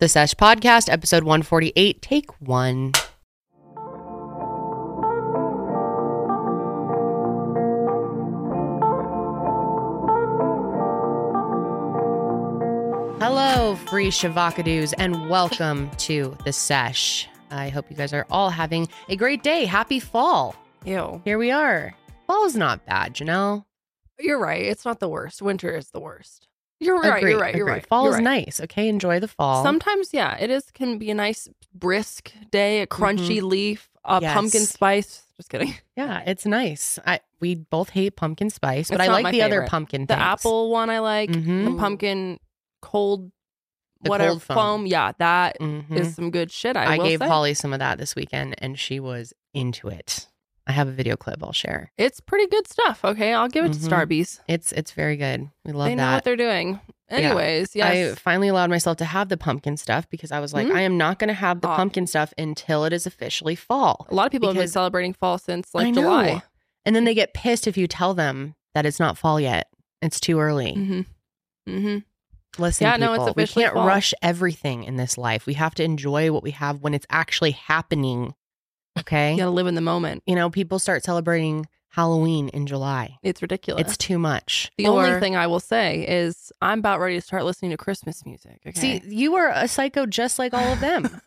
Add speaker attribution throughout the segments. Speaker 1: The Sesh Podcast, episode 148, take one. Hello, free Shavakadoos, and welcome to The Sesh. I hope you guys are all having a great day. Happy fall.
Speaker 2: Ew.
Speaker 1: Here we are. Fall is not bad, Janelle.
Speaker 2: You're right. It's not the worst. Winter is the worst. You're right.
Speaker 1: Agree,
Speaker 2: you're right. You're
Speaker 1: agree.
Speaker 2: right.
Speaker 1: Fall
Speaker 2: you're
Speaker 1: is
Speaker 2: right.
Speaker 1: nice. Okay, enjoy the fall.
Speaker 2: Sometimes, yeah, it is can be a nice brisk day, a crunchy leaf, a pumpkin
Speaker 1: Mm-hmm. Yes.
Speaker 2: spice. Just kidding.
Speaker 1: Yeah, it's nice. I we both hate pumpkin spice, but
Speaker 2: It's
Speaker 1: I
Speaker 2: not
Speaker 1: like
Speaker 2: my
Speaker 1: the other
Speaker 2: favorite.
Speaker 1: pumpkin.
Speaker 2: The
Speaker 1: things.
Speaker 2: apple one I like.
Speaker 1: Mhm.
Speaker 2: The pumpkin cold
Speaker 1: The
Speaker 2: whatever
Speaker 1: cold foam.
Speaker 2: foam. Yeah, that is
Speaker 1: Mhm.
Speaker 2: some good shit. I,
Speaker 1: I,
Speaker 2: will
Speaker 1: gave
Speaker 2: say.
Speaker 1: Holly some of that this weekend, and she was into it. I have a video clip I'll share.
Speaker 2: It's pretty good stuff. Okay, I'll give it
Speaker 1: Mhm.
Speaker 2: to Starbucks.
Speaker 1: It's it's very good. We love
Speaker 2: They know what
Speaker 1: that.
Speaker 2: they're doing.
Speaker 1: Yeah.
Speaker 2: Anyways, yeah.
Speaker 1: I finally allowed myself to have the pumpkin stuff because I was like,
Speaker 2: Mhm.
Speaker 1: I am not going to have the
Speaker 2: Ah.
Speaker 1: pumpkin stuff until it is officially fall.
Speaker 2: a lot of people have been
Speaker 1: because-
Speaker 2: celebrating fall since like
Speaker 1: I know.
Speaker 2: July. Mm.
Speaker 1: And then they get pissed if you tell them that it's not fall yet. It's too early.
Speaker 2: hmm hmm
Speaker 1: Listen,
Speaker 2: Yeah,
Speaker 1: people,
Speaker 2: no, it's
Speaker 1: we
Speaker 2: officially
Speaker 1: can't
Speaker 2: fall.
Speaker 1: rush everything in this life. We have to enjoy what we have when it's actually happening. Okay.
Speaker 2: You gotta live in the moment.
Speaker 1: You know, people start celebrating Halloween in July.
Speaker 2: It's ridiculous.
Speaker 1: It's too much.
Speaker 2: The
Speaker 1: Or-
Speaker 2: only thing I will say is I'm about ready to start listening to Christmas music.
Speaker 1: See, you are a psycho just like all of them.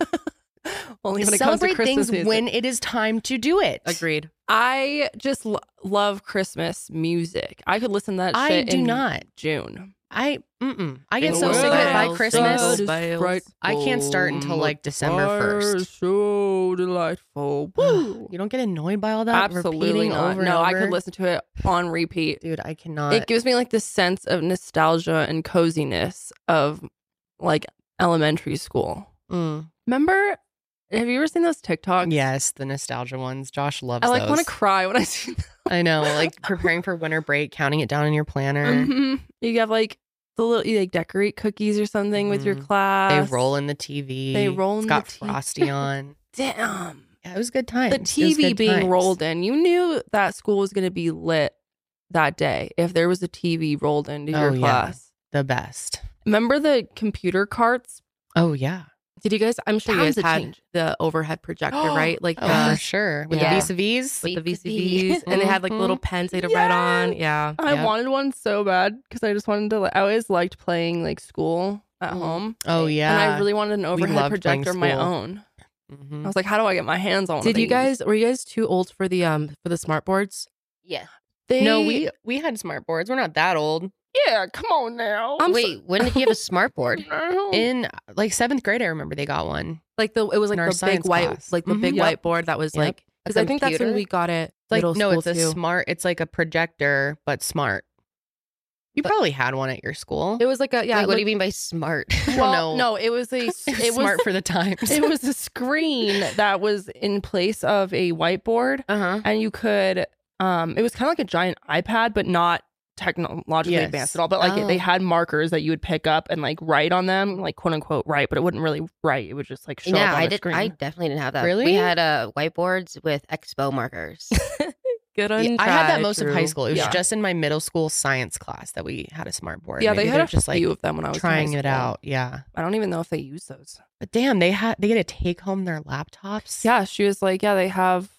Speaker 2: only when it comes to
Speaker 1: Celebrate
Speaker 2: Christmas
Speaker 1: things
Speaker 2: music.
Speaker 1: when it is time to do it.
Speaker 2: Agreed. I just lo- love Christmas music. I could listen to that
Speaker 1: I
Speaker 2: shit
Speaker 1: do
Speaker 2: in
Speaker 1: not.
Speaker 2: June.
Speaker 1: I mm-mm. I get
Speaker 2: The
Speaker 1: so
Speaker 2: world
Speaker 1: sick of it by
Speaker 2: is
Speaker 1: Christmas.
Speaker 2: so
Speaker 1: I can't start until like December first.
Speaker 2: So delightful. Woo.
Speaker 1: You don't get annoyed by all that
Speaker 2: Absolutely
Speaker 1: repeating
Speaker 2: not.
Speaker 1: over and
Speaker 2: no, I could
Speaker 1: over?
Speaker 2: listen to it on repeat.
Speaker 1: Dude, I cannot.
Speaker 2: It gives me like this sense of nostalgia and coziness of like elementary school.
Speaker 1: Mm.
Speaker 2: Remember, have you ever seen those TikToks?
Speaker 1: Yes, the nostalgia ones. Josh loves
Speaker 2: I like
Speaker 1: those.
Speaker 2: want to cry when I see them.
Speaker 1: I know, like preparing for winter break, counting it down in your planner.
Speaker 2: Mhm. You have like the little you like decorate cookies or something with your
Speaker 1: Mhm. They
Speaker 2: class.
Speaker 1: roll in the TV.
Speaker 2: They roll
Speaker 1: It's
Speaker 2: in
Speaker 1: got
Speaker 2: the TV.
Speaker 1: Frosty on.
Speaker 2: Damn.
Speaker 1: Yeah, it was good time.
Speaker 2: The TV being rolled in. You knew that school was going to be lit that day if there was a TV rolled into
Speaker 1: Oh,
Speaker 2: your
Speaker 1: yeah.
Speaker 2: class.
Speaker 1: The best.
Speaker 2: Remember the computer carts?
Speaker 1: Oh yeah,
Speaker 3: Did you guys? I'm sure
Speaker 2: Times
Speaker 3: you
Speaker 2: have
Speaker 3: guys had
Speaker 2: changed.
Speaker 3: the overhead projector, right? Like
Speaker 1: oh,
Speaker 3: the,
Speaker 1: for sure. With
Speaker 3: yeah.
Speaker 1: the vis
Speaker 3: with the
Speaker 1: VCVs.
Speaker 3: VCVs, and they had like the
Speaker 1: Mm-hmm.
Speaker 3: little pens they had to write on. Yeah,
Speaker 2: I
Speaker 1: Yep.
Speaker 2: wanted one so bad because I just wanted to. Like, I always liked playing like school at
Speaker 3: Mm.
Speaker 2: home,
Speaker 1: Oh yeah.
Speaker 2: and I really wanted an overhead
Speaker 1: loved playing
Speaker 2: projector of my
Speaker 1: school.
Speaker 2: own. I
Speaker 1: Mhm.
Speaker 2: was like, how do I get my hands on? one of
Speaker 3: Did you
Speaker 2: these?
Speaker 3: guys? Were you guys too old for the um for the smart boards?
Speaker 4: Yeah.
Speaker 2: They,
Speaker 1: No, we we had smart boards. We're not that old.
Speaker 2: Yeah, come on now. I'm so-
Speaker 4: Wait, when did you have a smart board?
Speaker 2: No.
Speaker 1: In like seventh grade, I remember they got one.
Speaker 3: Like the it was
Speaker 1: In
Speaker 3: like
Speaker 1: our
Speaker 3: the big
Speaker 1: science
Speaker 3: white
Speaker 1: class. Mm-hmm.
Speaker 3: like the
Speaker 2: Mhm.
Speaker 3: big
Speaker 2: Yep.
Speaker 3: white board that was
Speaker 1: Yep.
Speaker 3: like
Speaker 1: A
Speaker 3: because I think that's when
Speaker 1: computer?
Speaker 3: we got it.
Speaker 1: It's like
Speaker 3: middle
Speaker 1: no,
Speaker 3: school
Speaker 1: it's a
Speaker 3: too.
Speaker 1: smart. It's like a projector, but smart. You
Speaker 3: But-
Speaker 1: probably had one at your school.
Speaker 3: it was like a yeah.
Speaker 4: like, what do
Speaker 3: like-
Speaker 4: you mean by smart?
Speaker 1: I don't
Speaker 2: well,
Speaker 1: know.
Speaker 2: no, it was a it was
Speaker 1: smart for the times.
Speaker 2: it was a screen that was in place of a whiteboard,
Speaker 1: Uh huh.
Speaker 2: and you could um, it was kind of like a giant iPad, but not technologically
Speaker 1: Yes.
Speaker 2: advanced at all. But like
Speaker 4: Oh.
Speaker 2: they had markers that you would pick up and like write on them, like quote unquote write, but it wouldn't really write. It would just like show
Speaker 4: yeah,
Speaker 2: up on
Speaker 4: I
Speaker 2: the
Speaker 4: did.
Speaker 2: screen.
Speaker 4: I definitely didn't have that.
Speaker 1: Really?
Speaker 4: We had uh, whiteboards with expo markers.
Speaker 3: good
Speaker 1: Yeah,
Speaker 3: on
Speaker 1: I had that
Speaker 3: try,
Speaker 1: most of high
Speaker 3: Drew.
Speaker 1: school. It was
Speaker 2: Yeah.
Speaker 1: just in my middle school science class that we had a smart board.
Speaker 2: yeah,
Speaker 1: Maybe
Speaker 2: they
Speaker 1: they're
Speaker 2: had a
Speaker 1: just like
Speaker 2: few of them when I was in high
Speaker 1: trying it
Speaker 2: school.
Speaker 1: out. Yeah,
Speaker 2: I don't even know if they use those.
Speaker 1: but damn, they had they get to take home their laptops.
Speaker 2: Yeah, she was like, yeah, they have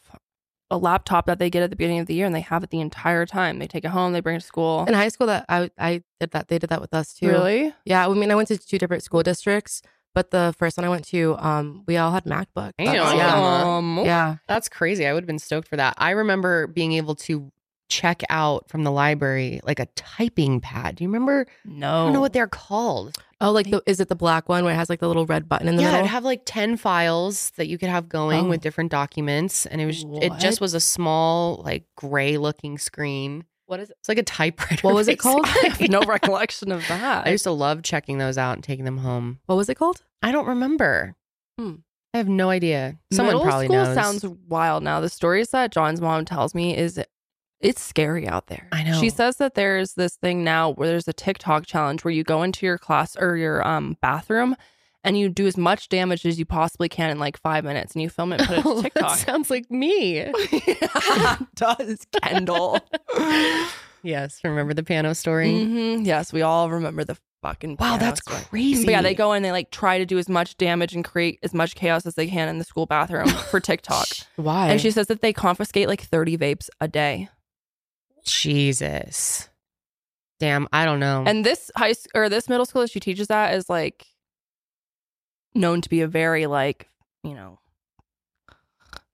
Speaker 2: a laptop that they get at the beginning of the year and they have it the entire time. They take it home, they bring it to school.
Speaker 3: In high school, that I I did that. They did that with us too.
Speaker 2: really?
Speaker 3: Yeah. I mean, I went to two different school districts, but the first one I went to, um, we all had MacBooks.
Speaker 1: Damn.
Speaker 3: Yeah.
Speaker 2: Um,
Speaker 3: Yeah.
Speaker 1: that's crazy. I would have been stoked for that. I remember being able to check out from the library like a typing pad. Do you remember?
Speaker 2: No.
Speaker 1: I don't know what they're called.
Speaker 3: Oh, like the, is it the black one where it has like the little red button in the
Speaker 1: yeah,
Speaker 3: middle?
Speaker 1: it'd have like ten files that you could have going with
Speaker 3: Oh.
Speaker 1: different documents, and it was it
Speaker 3: What?
Speaker 1: just was a small like gray looking screen.
Speaker 3: what is it?
Speaker 1: It's like a typewriter.
Speaker 3: What was it called?
Speaker 1: basically.
Speaker 2: I have no recollection of that.
Speaker 1: I used to love checking those out and taking them home.
Speaker 3: What was it called?
Speaker 1: I don't remember.
Speaker 3: Hmm.
Speaker 1: I have no idea. Someone
Speaker 2: Middle
Speaker 1: probably
Speaker 2: school
Speaker 1: knows.
Speaker 2: sounds wild now. The stories that John's mom tells me is it's scary out there.
Speaker 1: I know.
Speaker 2: She says that there's this thing now where there's a TikTok challenge where you go into your class or your um bathroom and you do as much damage as you possibly can in like five minutes and you film it and put it
Speaker 1: Oh,
Speaker 2: to
Speaker 1: that
Speaker 2: TikTok.
Speaker 1: sounds like me.
Speaker 2: does Kendall.
Speaker 1: yes, remember the piano story?
Speaker 2: Mm-hmm. Mhm. Yes, we all remember the fucking
Speaker 1: Wow,
Speaker 2: piano
Speaker 1: that's
Speaker 2: strings.
Speaker 1: crazy.
Speaker 2: But yeah, they go and they like try to do as much damage and create as much chaos as they can in the school bathroom for TikTok.
Speaker 3: Why?
Speaker 2: and she says that they confiscate like 30 vapes a day.
Speaker 1: Jesus. Damn, I don't know.
Speaker 2: And this high s- or this middle school that she teaches at is like known to be a very like, you know,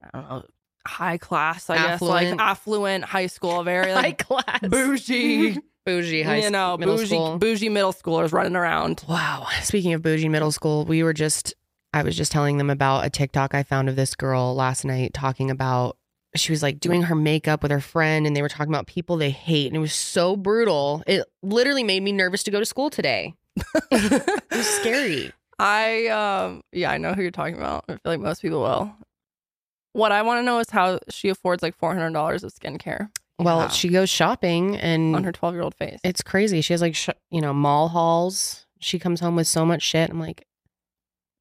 Speaker 2: I don't know, high class, I guess,
Speaker 1: Affluent.
Speaker 2: like affluent high school, very like
Speaker 1: class.
Speaker 2: bougie,
Speaker 1: bougie high
Speaker 2: you know,
Speaker 1: school, middle
Speaker 2: bougie
Speaker 1: school.
Speaker 2: bougie middle schoolers running around.
Speaker 1: Wow. Speaking of bougie middle school, we were just, I was just telling them about a TikTok I found of this girl last night talking about, she was like doing her makeup with her friend and they were talking about people they hate. And it was so brutal. It literally made me nervous to go to school today. It was scary.
Speaker 2: I um yeah, I know who you're talking about. I feel like most people will. What I want to know is how she affords like four hundred dollars of skincare
Speaker 1: Well,
Speaker 3: Wow.
Speaker 1: she goes shopping and
Speaker 2: on her twelve year old face.
Speaker 1: it's crazy. She has like, sh- you know, mall hauls. She comes home with so much shit. I'm like,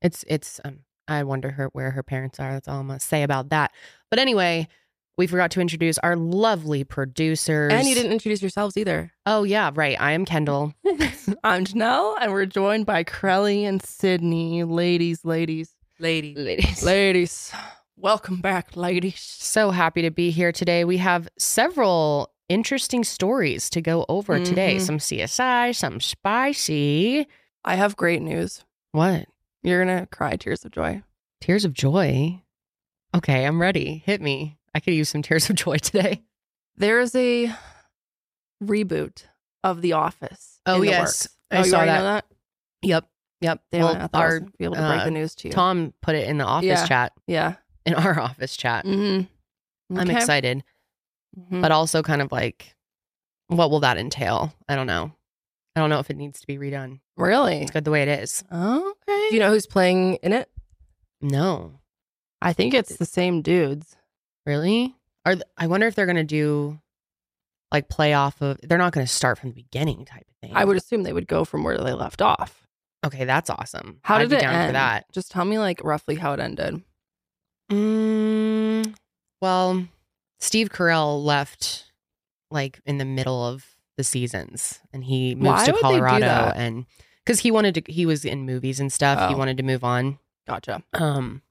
Speaker 1: it's, it's, um, I wonder her where her parents are. That's all I'm gonna say about that. But anyway, we forgot to introduce our lovely producers.
Speaker 3: and you didn't introduce yourselves either.
Speaker 1: Oh yeah, right. I am Kendall.
Speaker 2: I'm Janelle, and we're joined by Crelly and Sydney, ladies, ladies,
Speaker 3: Lady.
Speaker 4: Ladies.
Speaker 2: ladies. Welcome back, ladies.
Speaker 1: So happy to be here today. We have several interesting stories to go over today.
Speaker 2: Mhm.
Speaker 3: Mm-hmm.
Speaker 1: Some CSI, some spicy.
Speaker 2: I have great news.
Speaker 1: What?
Speaker 2: You're gonna cry tears of joy.
Speaker 1: Tears of joy. Okay, I'm ready. Hit me. I could use some tears of joy today.
Speaker 2: There is a reboot of The Office.
Speaker 1: Oh,
Speaker 2: in the
Speaker 1: yes.
Speaker 2: works.
Speaker 1: I
Speaker 2: oh, you
Speaker 1: saw
Speaker 2: already
Speaker 1: that.
Speaker 2: Know that.
Speaker 1: Yep. Yep.
Speaker 2: Damn
Speaker 1: well,
Speaker 2: it, I thought I
Speaker 1: our
Speaker 2: was gonna be able to break
Speaker 1: uh,
Speaker 2: the news to you.
Speaker 1: Tom put it in the office
Speaker 2: Yeah.
Speaker 1: chat,
Speaker 2: yeah.
Speaker 1: in our office chat.
Speaker 2: Mm-hmm.
Speaker 1: I'm excited, but
Speaker 2: Mm.
Speaker 1: also kind of like, what will that entail? I don't know. I don't know if it needs to be redone.
Speaker 2: really?
Speaker 1: It's good the way it is.
Speaker 2: Okay.
Speaker 3: Do you know who's playing in it?
Speaker 1: No,
Speaker 2: I think it's the same dudes.
Speaker 1: really. Are th- I wonder if they're gonna do like play off of? They're not gonna start from the beginning type of thing.
Speaker 2: I would assume they would go from where they left off.
Speaker 1: Okay, that's awesome.
Speaker 2: How
Speaker 1: I'd
Speaker 2: did
Speaker 1: be
Speaker 2: it
Speaker 1: down
Speaker 2: end?
Speaker 1: for that?
Speaker 2: Just tell me like roughly how it ended.
Speaker 1: Mm, well, Steve Carell left like in the middle of the seasons, and he moves
Speaker 2: Why
Speaker 1: to
Speaker 2: would they do
Speaker 1: Colorado,
Speaker 2: that?
Speaker 1: and because he wanted to, he was in movies and stuff. He
Speaker 2: Oh.
Speaker 1: wanted to move on.
Speaker 2: Gotcha.
Speaker 1: Um,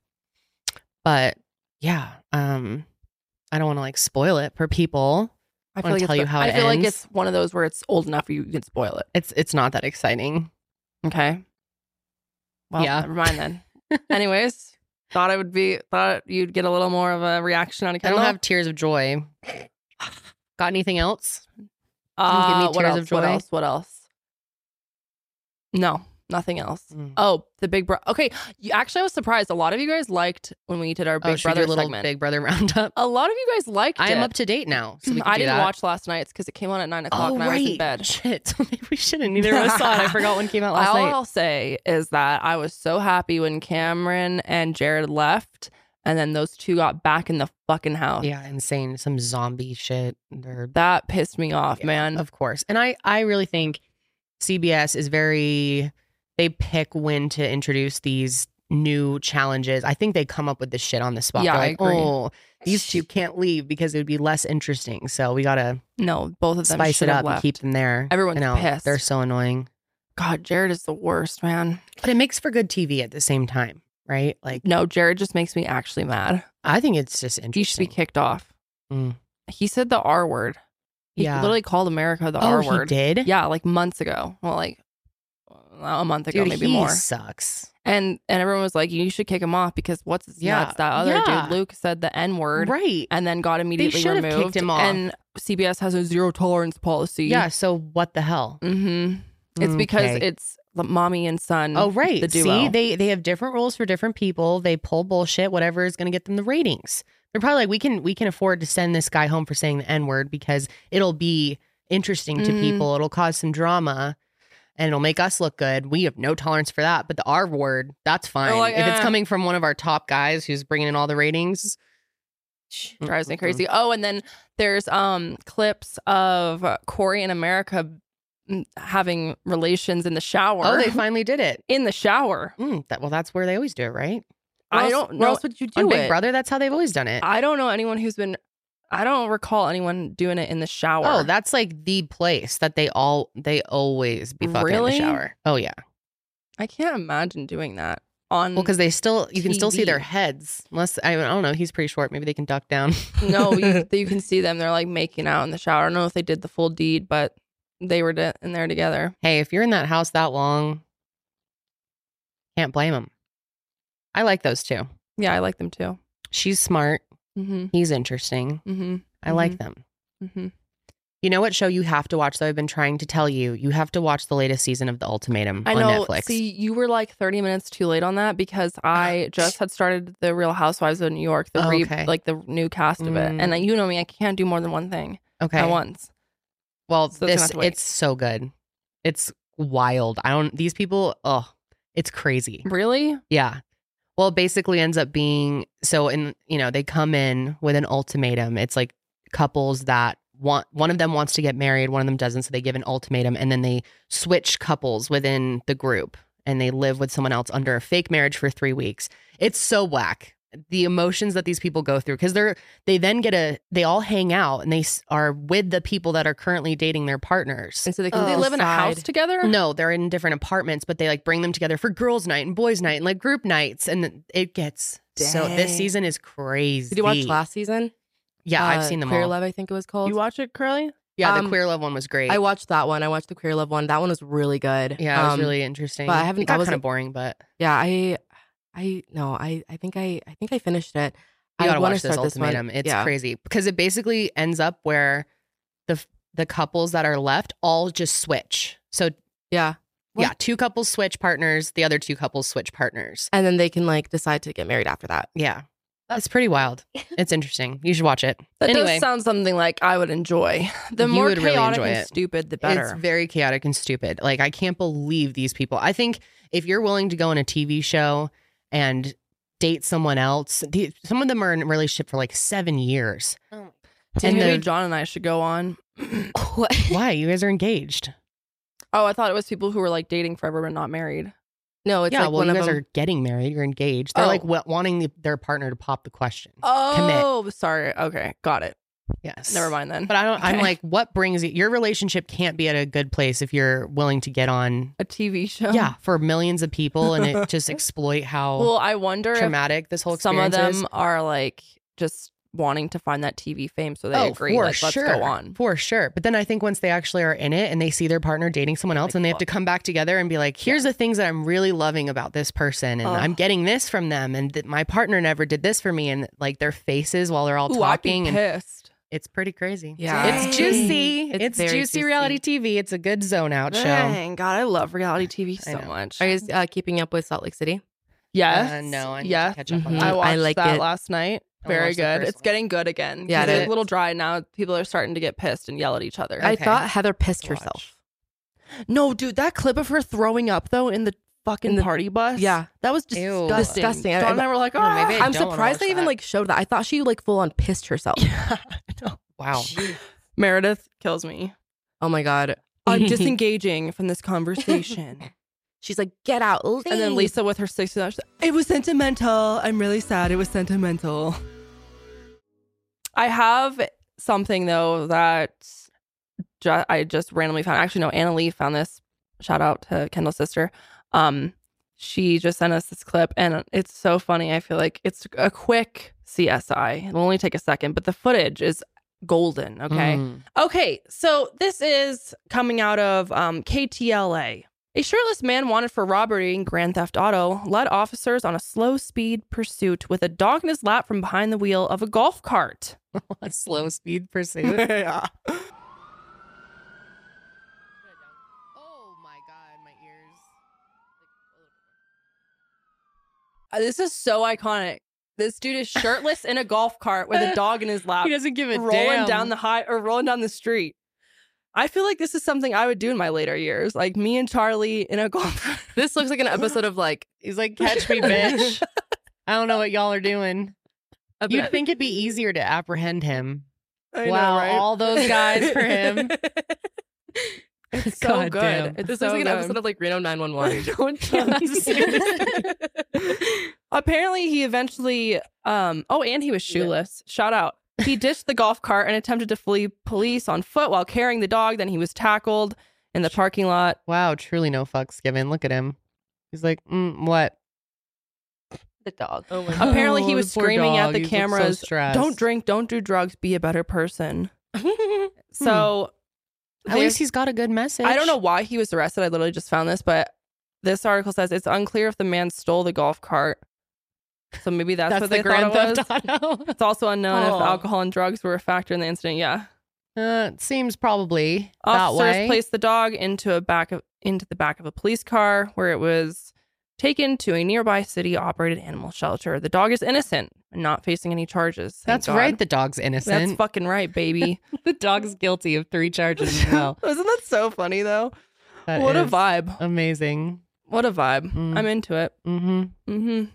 Speaker 1: but yeah, um, I don't want to like spoil it for people.
Speaker 2: I
Speaker 1: Wanna
Speaker 2: it's
Speaker 1: tell you
Speaker 2: the-
Speaker 1: how
Speaker 2: I
Speaker 1: it
Speaker 2: feel like
Speaker 1: ends?
Speaker 2: it's one of those where it's old enough you can spoil it.
Speaker 1: It's it's not that exciting.
Speaker 2: Okay. Well,
Speaker 1: Yeah.
Speaker 2: never mind then. Anyways, thought I would be thought you'd get a little more of a reaction out of
Speaker 1: I don't
Speaker 2: Kendall.
Speaker 1: have tears of joy. Got anything else?
Speaker 2: Uh,
Speaker 1: Can you give me
Speaker 2: what
Speaker 1: tears
Speaker 2: else?
Speaker 1: of
Speaker 2: What
Speaker 1: joy?
Speaker 2: else? What else? No, nothing else.
Speaker 1: Mm.
Speaker 2: Oh, the Big Brother. Okay, you, actually, I was surprised. A lot of you guys liked when we did our
Speaker 1: Oh,
Speaker 2: Big
Speaker 1: should we do
Speaker 2: Brother
Speaker 1: a little
Speaker 2: segment.
Speaker 1: Big Brother roundup.
Speaker 2: a lot of you guys liked.
Speaker 1: I am
Speaker 2: it.
Speaker 1: up to date now, so we can
Speaker 2: I
Speaker 1: do
Speaker 2: didn't
Speaker 1: that.
Speaker 2: watch last night's because it came on at nine o'clock
Speaker 1: oh,
Speaker 2: and
Speaker 1: right.
Speaker 2: I was in bed.
Speaker 1: Shit. Maybe we shouldn't. Neither of us saw it. I forgot when it came out last
Speaker 2: All
Speaker 1: night.
Speaker 2: I'll say is that I was so happy when Cameron and Jared left, and then those two got back in the fucking house.
Speaker 1: Yeah, insane. Some zombie shit. They're
Speaker 2: That pissed me off, man.
Speaker 1: Of course. And I, I really think CBS is very, they pick when to introduce these new challenges. I think they come up with this shit on the spot.
Speaker 2: Yeah,
Speaker 1: They're
Speaker 2: I
Speaker 1: like,
Speaker 2: agree.
Speaker 1: oh, these two can't leave because it would be less interesting. So we got to
Speaker 2: no, both of them
Speaker 1: spice
Speaker 2: should
Speaker 1: it
Speaker 2: have
Speaker 1: up and
Speaker 2: left.
Speaker 1: keep them there.
Speaker 2: Everyone's
Speaker 1: I know,
Speaker 2: pissed.
Speaker 1: They're so annoying.
Speaker 2: God, Jared is the worst, man.
Speaker 1: But it makes for good TV at the same time, right? Like,
Speaker 2: No, Jared just makes me actually mad.
Speaker 1: I think it's just interesting.
Speaker 2: He should be kicked off.
Speaker 1: Mm.
Speaker 2: He said the R word. He
Speaker 1: Yeah.
Speaker 2: literally called America the
Speaker 1: oh,
Speaker 2: R
Speaker 1: he
Speaker 2: word.
Speaker 1: did?
Speaker 2: Yeah, like months ago. Well, like a month ago,
Speaker 1: Dude,
Speaker 2: maybe
Speaker 1: he
Speaker 2: more.
Speaker 1: sucks.
Speaker 2: And and everyone was like, you should kick him off because what's his
Speaker 1: Yeah.
Speaker 2: nuts? That other
Speaker 1: Yeah.
Speaker 2: dude, Luke, said the N word
Speaker 1: Right.
Speaker 2: and then got immediately
Speaker 1: should have
Speaker 2: removed.
Speaker 1: kicked him off.
Speaker 2: And CBS has a zero tolerance policy.
Speaker 1: Yeah. So what the hell?
Speaker 2: hmm It's because
Speaker 1: Mm, Okay.
Speaker 2: it's the mommy and son.
Speaker 1: Oh right.
Speaker 2: the
Speaker 1: See,
Speaker 2: duo.
Speaker 1: they they have different rules for different people. They pull bullshit, whatever is going to get them the ratings. They're probably like, we can we can afford to send this guy home for saying the n word because it'll be interesting to
Speaker 2: Mhm.
Speaker 1: people. It'll cause some drama, and it'll make us look good. We have no tolerance for that. But the r word, that's fine.
Speaker 2: like,
Speaker 1: if it's
Speaker 2: eh.
Speaker 1: coming from one of our top guys who's bringing in all the ratings,
Speaker 2: drives me
Speaker 1: Mm-mm-mm.
Speaker 2: crazy. Oh, and then there's um clips of uh, Corey and America mm, having relations in the shower.
Speaker 1: Oh, they finally did it.
Speaker 2: in the shower.
Speaker 1: Mm, that, well, that's where they always do it, right?
Speaker 2: I
Speaker 3: Where else-
Speaker 2: don't
Speaker 3: Where
Speaker 2: know.
Speaker 3: else would you
Speaker 1: On
Speaker 3: do
Speaker 1: Big
Speaker 3: it?
Speaker 1: Brother, that's how they've always done it.
Speaker 2: I don't know anyone who's been I don't recall anyone doing it in the shower.
Speaker 1: Oh, that's like the place that they all they always be fucking
Speaker 2: Really?
Speaker 1: in the shower. Oh yeah.
Speaker 2: I can't imagine doing that on.
Speaker 1: Well, because they still you can still see their
Speaker 2: TV.
Speaker 1: heads. Unless I, I don't know, he's pretty short. Maybe they can duck down.
Speaker 2: no, you, you can see them. They're like making out in the shower. I don't know if they did the full deed, but they were de- in there together.
Speaker 1: hey, if you're in that house that long, can't blame him. I like those two.
Speaker 2: Yeah, I like them too.
Speaker 1: She's smart.
Speaker 2: Mm-hmm.
Speaker 1: He's interesting.
Speaker 2: Mm-hmm.
Speaker 1: I like them.
Speaker 2: Mm-hmm.
Speaker 1: You know what show you have to watch though? I've been trying to tell you. You have to watch the latest season of The Ultimatum
Speaker 2: I
Speaker 1: on
Speaker 2: know.
Speaker 1: Netflix. Oh,
Speaker 2: See, you were like 30 minutes too late on that because I just had started the Real Housewives of New York, the re-
Speaker 1: Okay.
Speaker 2: like the new cast of it, and
Speaker 1: Mm.
Speaker 2: uh, you know me, I can't do more than one thing
Speaker 1: okay.
Speaker 2: at once.
Speaker 1: Well,
Speaker 2: So it's gonna have
Speaker 1: this
Speaker 2: to wait.
Speaker 1: it's so good. It's wild. I don't these people, oh, it's crazy.
Speaker 2: Really?
Speaker 1: Yeah. Well, it basically ends up being so in you know, they come in with an ultimatum. It's like couples that want one of them wants to get married, one of them doesn't, so they give an ultimatum and then they switch couples within the group and they live with someone else under a fake marriage for 3 weeks. It's so whack. The emotions that these people go through cuz they're they then get a they all hang out and they s- are with the people that are currently dating their partners.
Speaker 3: And so they
Speaker 2: Do
Speaker 3: can
Speaker 2: Uh, they
Speaker 4: Oh,
Speaker 2: live in a
Speaker 3: decide-
Speaker 2: house together?
Speaker 1: No, they're in different apartments, but they like bring them together for girls' night and boys' night and like group nights, and it gets so. This
Speaker 2: Dang.
Speaker 1: season is crazy.
Speaker 3: Did you watch last season?
Speaker 1: Yeah, I've
Speaker 3: Uh,
Speaker 1: seen them
Speaker 3: Queer
Speaker 1: all.
Speaker 3: Love, I think it was called.
Speaker 2: You watch it, Curly?
Speaker 1: yeah, the
Speaker 3: um,
Speaker 1: queer love one was great.
Speaker 3: I watched that one. I watched the Queer Love one. That one was really good.
Speaker 1: yeah, it was
Speaker 3: Um,
Speaker 1: really interesting.
Speaker 3: but I haven't-
Speaker 1: It
Speaker 3: I
Speaker 1: got
Speaker 3: was-
Speaker 1: kind of boring, but
Speaker 3: Yeah, I, I no, I, I think I, I think I finished it.
Speaker 1: you
Speaker 3: I
Speaker 1: gotta
Speaker 3: wanna
Speaker 1: watch this
Speaker 3: start one.
Speaker 1: ultimatum. it's
Speaker 3: yeah.
Speaker 1: crazy because it basically ends up where the f- the couples that are left all just switch. So
Speaker 3: Yeah,
Speaker 1: yeah, two couples switch partners. The other two couples switch partners.
Speaker 3: and then they can like decide to get married after that.
Speaker 1: Yeah, it's pretty wild. It's interesting. You should watch it.
Speaker 2: That
Speaker 1: Anyway.
Speaker 2: does sound something like I would enjoy. The
Speaker 1: You
Speaker 2: more
Speaker 1: would really
Speaker 2: chaotic
Speaker 1: enjoy
Speaker 2: and
Speaker 1: it.
Speaker 2: stupid, the
Speaker 1: It's
Speaker 2: better.
Speaker 1: very chaotic and stupid. Like I can't believe these people. I think if you're willing to go on a TV show and date someone else, the- some of them are in a relationship for like seven years.
Speaker 4: Oh my-
Speaker 2: and
Speaker 1: and
Speaker 2: maybe
Speaker 1: the-
Speaker 2: John and I should go on.
Speaker 4: What?
Speaker 1: Why? You guys are engaged.
Speaker 2: Oh, I thought it was people who were like dating forever but not married.
Speaker 3: No, it's
Speaker 1: yeah,
Speaker 3: like
Speaker 1: well,
Speaker 3: one
Speaker 1: you
Speaker 3: of
Speaker 1: guys
Speaker 3: them.
Speaker 1: are getting married. You're engaged. They're
Speaker 2: Oh.
Speaker 1: like wa- wanting the, their partner to pop the question.
Speaker 2: Oh, sorry. Okay, got it.
Speaker 1: Yes.
Speaker 2: Never mind then.
Speaker 1: But I don't. I'm
Speaker 2: Okay.
Speaker 1: like, what brings it? Your relationship can't be at a good place if you're willing to get on.
Speaker 2: a TV show.
Speaker 1: Yeah, for millions of people, and it just exploit how
Speaker 2: Well, I wonder if
Speaker 1: traumatic this whole
Speaker 2: some of
Speaker 1: experience is.
Speaker 2: them are like just wanting to find that TV fame, so they agree. like, let's go on.
Speaker 1: For Oh, sure. But then I think once they actually are in it and they see their partner dating someone else
Speaker 2: Like,
Speaker 1: and they have
Speaker 2: fuck.
Speaker 1: to come back together and be like, here's the things that I'm really loving about this person and
Speaker 2: Ugh.
Speaker 1: I'm getting this from them and that my partner never did this for me and like their faces while they're all
Speaker 2: Ooh, I'd be
Speaker 1: talking and
Speaker 2: pissed.
Speaker 1: it's pretty crazy.
Speaker 3: Yeah.
Speaker 1: It's
Speaker 2: Dang.
Speaker 1: juicy.
Speaker 3: It's
Speaker 1: It's,
Speaker 3: very
Speaker 1: juicy,
Speaker 3: juicy.
Speaker 1: reality TV. It's a good zone out show.
Speaker 2: Dang, God, I love reality TV
Speaker 1: I
Speaker 2: so
Speaker 1: know.
Speaker 2: much.
Speaker 3: Are you guys uh, keeping up with Salt Lake City?
Speaker 2: yes.
Speaker 1: Uh, no, I need
Speaker 2: yes. Mm-hmm.
Speaker 1: to catch up on
Speaker 3: Mhm.
Speaker 1: that.
Speaker 2: I
Speaker 3: I
Speaker 2: watched
Speaker 3: like
Speaker 2: that
Speaker 3: it.
Speaker 2: last night.
Speaker 1: I
Speaker 2: Very
Speaker 1: watched the
Speaker 2: good.
Speaker 1: first
Speaker 2: It's
Speaker 1: one.
Speaker 2: getting good again.
Speaker 3: Yeah,
Speaker 2: Yeah,
Speaker 3: it
Speaker 2: it's
Speaker 1: is.
Speaker 2: a little dry now. People are starting to get pissed and yell at each other.
Speaker 3: I
Speaker 1: Okay.
Speaker 3: thought Heather pissed
Speaker 1: Watch.
Speaker 3: herself.
Speaker 2: no, dude, that clip of her throwing up though in the fucking
Speaker 3: In the-
Speaker 2: party bus.
Speaker 3: yeah.
Speaker 2: that was
Speaker 1: Ew.
Speaker 2: disgusting.
Speaker 3: Disgusting. I-
Speaker 2: John and I were like,
Speaker 1: No,
Speaker 2: oh,
Speaker 1: maybe I
Speaker 3: I'm
Speaker 1: don't wanna watch
Speaker 3: surprised they even
Speaker 1: that.
Speaker 3: like showed that. I thought she like full on pissed herself.
Speaker 2: yeah, I know.
Speaker 1: Wow.
Speaker 2: Meredith kills me.
Speaker 3: Oh my god.
Speaker 2: I'm disengaging from this conversation.
Speaker 3: She's like, get out, leave.
Speaker 2: and then Lisa with her six dollars. It was sentimental. I'm really sad. It was sentimental. I have something though that ju- I just randomly found. Actually, no, Anna Lee found this. Shout out to Kendall's sister. Um, she just sent us this clip, and it's so funny. I feel like it's a quick CSI. It'll only take a second, but the footage is golden. Okay.
Speaker 1: Mm.
Speaker 2: Okay, so this is coming out of um, KTLA. A shirtless man wanted for robbery in Grand Theft Auto led officers on a slow speed pursuit with a dog in his lap from behind the wheel of a golf cart.
Speaker 1: slow speed pursuit.
Speaker 2: yeah.
Speaker 1: oh my God, my ears.
Speaker 2: Uh, This is so iconic. This dude is shirtless in a golf cart with a dog in his lap,
Speaker 1: He doesn't give a
Speaker 2: rolling
Speaker 1: damn.
Speaker 2: down the high or rolling down the street. I feel like this is something I would do in my later years, like me and Charlie in a golf cart.
Speaker 3: This looks like an episode of like
Speaker 1: He's like, catch me, bitch. I don't know what y'all are doing.
Speaker 3: a
Speaker 1: You'd think it'd be easier to apprehend him.
Speaker 2: I know,
Speaker 1: wow,
Speaker 2: right?
Speaker 1: all those guys for him.
Speaker 2: It's so
Speaker 1: God
Speaker 2: good.
Speaker 1: damn.
Speaker 2: It's
Speaker 3: this
Speaker 2: so
Speaker 3: looks like
Speaker 2: good.
Speaker 3: an episode of like Reno 911.
Speaker 2: Don't tell me. Apparently, he eventually. Um. Oh, and he was shoeless. Shout out. He ditched the golf cart and attempted to flee police on foot while carrying the dog. Then he was tackled in the parking lot.
Speaker 1: Wow, truly no fucks given. Look at him. He's like, mm, what?
Speaker 4: The dog.
Speaker 3: Oh my
Speaker 2: Apparently, he
Speaker 1: Oh,
Speaker 2: was
Speaker 1: the poor
Speaker 2: screaming at
Speaker 1: dog.
Speaker 2: the
Speaker 1: He looked so
Speaker 2: cameras,
Speaker 1: stressed.
Speaker 2: "Don't drink, don't do drugs, be a better person."
Speaker 3: god.
Speaker 2: So,
Speaker 1: Hmm. At least
Speaker 2: there's-
Speaker 1: he's got a good message.
Speaker 2: I don't know why he was arrested. I literally just found this, but this article says it's unclear if the man stole the golf cart. So maybe that's,
Speaker 1: That's,
Speaker 2: what
Speaker 1: the
Speaker 2: they
Speaker 1: Grand
Speaker 2: thought it was.
Speaker 1: Theft Auto.
Speaker 2: It's also unknown
Speaker 3: Oh.
Speaker 2: if alcohol and drugs were a factor in the incident. Yeah,
Speaker 1: uh, it seems probably that
Speaker 2: officers
Speaker 1: way.
Speaker 2: placed the dog into a back of into the back of a police car where it was taken to a nearby city operated animal shelter. The dog is innocent and not facing any charges. thank
Speaker 1: That's
Speaker 2: God.
Speaker 1: right. The dog's
Speaker 2: That's
Speaker 1: innocent.
Speaker 2: fucking right, baby.
Speaker 3: the dog's guilty of three charges as well.
Speaker 2: Isn't that so funny though?
Speaker 1: That
Speaker 2: what a
Speaker 1: is
Speaker 2: vibe.
Speaker 1: Amazing.
Speaker 2: What a vibe.
Speaker 1: Mm.
Speaker 2: I'm into it.
Speaker 1: Mm-hmm. You
Speaker 2: Mm-hmm.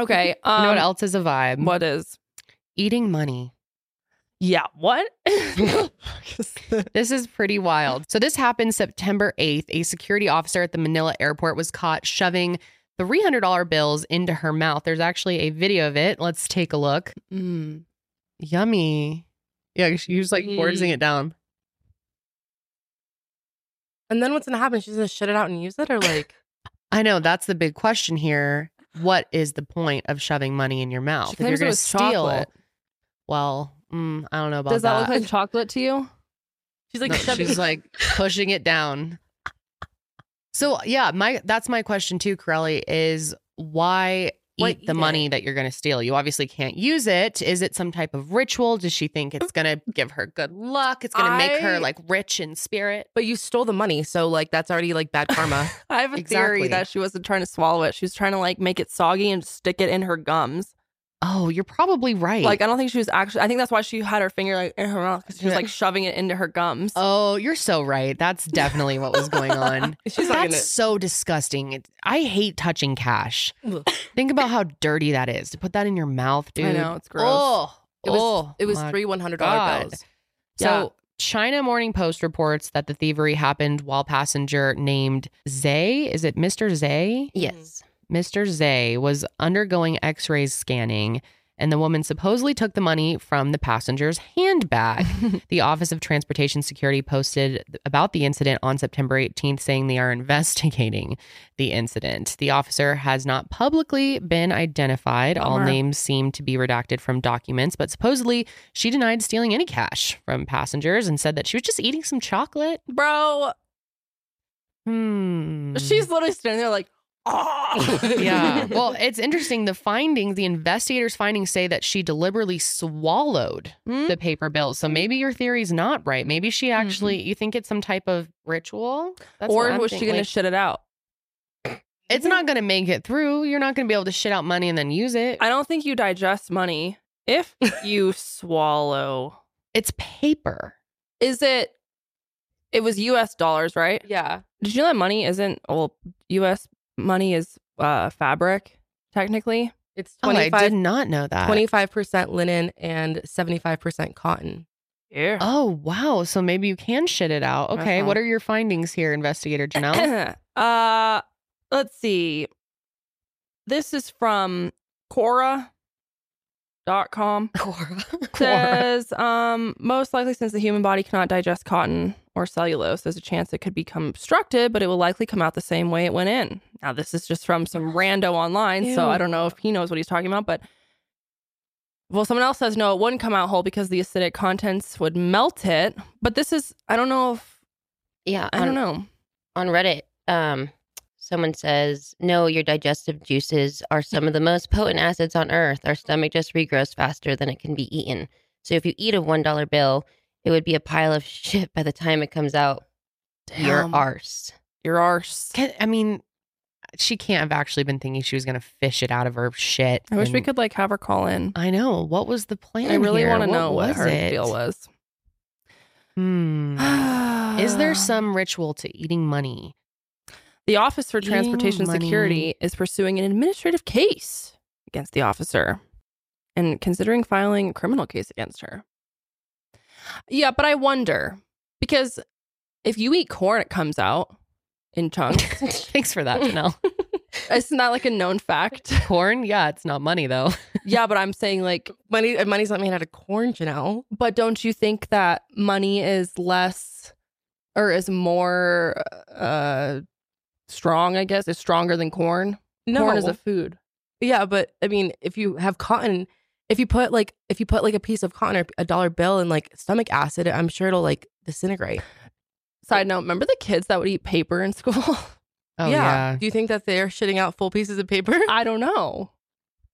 Speaker 2: Okay. Um,
Speaker 1: know what else is a vibe?
Speaker 2: What is?
Speaker 1: Eating money.
Speaker 2: Yeah. What?
Speaker 1: Mm. This is pretty wild. So this happened September 8th. A security officer at the Manila airport was caught shoving $300 bills into her mouth. There's actually a video of it. Let's take a look.
Speaker 2: Mm.
Speaker 1: Yummy. Yeah, she was like
Speaker 2: Mm.
Speaker 1: forcing it down.
Speaker 3: And then what's gonna happen? She's gonna shut it out and use it, or like
Speaker 1: I know that's the big question here. What is the point of shoving money in your mouth?
Speaker 2: She claims
Speaker 1: gonna
Speaker 2: it was chocolate.
Speaker 1: well, mm, I don't know about
Speaker 2: Does that
Speaker 1: that.
Speaker 2: look like chocolate to you?
Speaker 3: she's like
Speaker 1: No,
Speaker 3: shoving.
Speaker 1: she's like pushing it down. So yeah, my that's my question too, Corelli, is why
Speaker 3: Why
Speaker 1: eat the
Speaker 3: eat
Speaker 1: money that you're gonna steal? You obviously can't use it. Is it some type of ritual? Does she think it's gonna give her good luck? It's gonna make
Speaker 2: I-
Speaker 1: her like rich in spirit?
Speaker 3: but you stole the money, so like that's already like bad karma.
Speaker 2: I have a
Speaker 1: Exactly.
Speaker 2: theory that she wasn't trying to swallow it. She was trying to like make it soggy and stick it in her gums.
Speaker 1: Oh, you're probably right.
Speaker 2: Like I don't think she was actually. I think that's why she had her finger like in her mouth because she was like shoving it into her gums.
Speaker 1: Oh, you're so right. That's definitely what was going on.
Speaker 2: She's not
Speaker 1: That's
Speaker 2: gonna-
Speaker 1: so disgusting. It, I hate touching cash.
Speaker 3: Ugh.
Speaker 1: Think about how dirty that is to put that in your mouth, dude.
Speaker 2: I know it's gross.
Speaker 1: Oh,
Speaker 3: It was
Speaker 1: oh,
Speaker 3: it was
Speaker 1: my
Speaker 3: three one hundred dollar
Speaker 1: God.
Speaker 3: bills.
Speaker 2: Yeah.
Speaker 1: So, China Morning Post reports that the thievery happened while passenger named Zay, is it Mr. Zay?
Speaker 4: Yes.
Speaker 3: Mm.
Speaker 1: Mr. Zay was undergoing x rays scanning, and the woman supposedly took the money from the passenger's handbag. the Office of Transportation Security posted about the incident on September 18th, saying they are investigating the incident. The officer has not publicly been identified. All
Speaker 2: Bummer.
Speaker 1: names seem to be redacted from documents, but supposedly she denied stealing any cash from passengers and said that she was just eating some chocolate.
Speaker 2: Bro,
Speaker 1: Hmm.
Speaker 2: she's literally standing there like, oh
Speaker 1: yeah. Well, it's interesting. The findings, the investigators' findings say that she deliberately swallowed
Speaker 2: Hmm?
Speaker 1: the paper bills. So maybe your theory's not right. Maybe she actually, you think it's some type of ritual? That's what
Speaker 2: Mm-hmm. or
Speaker 1: I'm
Speaker 2: was she
Speaker 1: thinking.
Speaker 2: gonna
Speaker 1: Like,
Speaker 2: shit it out?
Speaker 1: it's not going to make it through. You're not going to be able to shit out money and then use it.
Speaker 2: I don't think you digest money if you swallow.
Speaker 1: it's paper.
Speaker 2: Is it? It was U.S. dollars, right?
Speaker 3: Yeah,
Speaker 2: Did you know that money isn't well? U.S. money is uh, fabric, technically.
Speaker 3: it's
Speaker 1: Oh, I
Speaker 3: 25
Speaker 1: did not know that.
Speaker 3: 25 percent linen and seventy five percent cotton.
Speaker 2: Yeah.
Speaker 1: Oh, wow. So maybe you can shit it out. Okay.
Speaker 2: Uh-huh.
Speaker 1: What are your findings here, investigator Janelle?
Speaker 2: uh, let's see. This is from Quora.com. Says, um, most likely since the human body cannot digest cotton or cellulose, there's a chance it could become obstructed, but it will likely come out the same way it went in. Now, this is just from some rando online, so I
Speaker 3: Ew.
Speaker 2: don't know if he knows what he's talking about, but well, someone else says no, it wouldn't come out whole because the acidic contents would melt it. But this is, I don't know if,
Speaker 4: Yeah.
Speaker 2: I
Speaker 4: on-
Speaker 2: don't know.
Speaker 4: on Reddit, um, someone says, "No, your digestive juices are some of the most potent acids on earth. Our stomach just regrows faster than it can be eaten. So if you eat a one dollar bill, it would be a pile of shit by the time it comes out your
Speaker 2: Damn.
Speaker 4: arse."
Speaker 2: Your arse.
Speaker 1: Can- I mean, she can't have actually been thinking she was going to fish it out of her shit.
Speaker 2: I wish we
Speaker 1: and-
Speaker 2: could like have her call in.
Speaker 1: I know. What was the plan?
Speaker 2: I really
Speaker 1: want
Speaker 2: want to know what
Speaker 1: was
Speaker 2: her
Speaker 1: it?
Speaker 2: deal was.
Speaker 1: Hmm. Is there some ritual to eating money?
Speaker 2: The Office for
Speaker 1: Eating
Speaker 2: Transportation
Speaker 1: money.
Speaker 2: Security is pursuing an administrative case against the officer and considering filing a criminal case against her. Yeah, but I wonder because if you eat corn, it comes out in chunks.
Speaker 1: Thanks for that, Janelle.
Speaker 2: Isn't that like a known fact?
Speaker 1: Corn? Yeah, it's not money though.
Speaker 2: yeah, but I'm saying like,
Speaker 3: Money and money's not made out of corn, Janelle.
Speaker 2: but don't you think that money is less or is more uh strong? I guess is stronger than corn.
Speaker 3: No,
Speaker 2: Corn is a food.
Speaker 3: yeah, but I mean, if you have cotton, if you put like if you put like a piece of cotton or a dollar bill in like stomach acid, I'm sure it'll like disintegrate.
Speaker 2: Side note: Remember the kids that would eat paper in school?
Speaker 1: Oh yeah.
Speaker 3: Do you think that they're shitting out full pieces of paper?
Speaker 2: I don't know.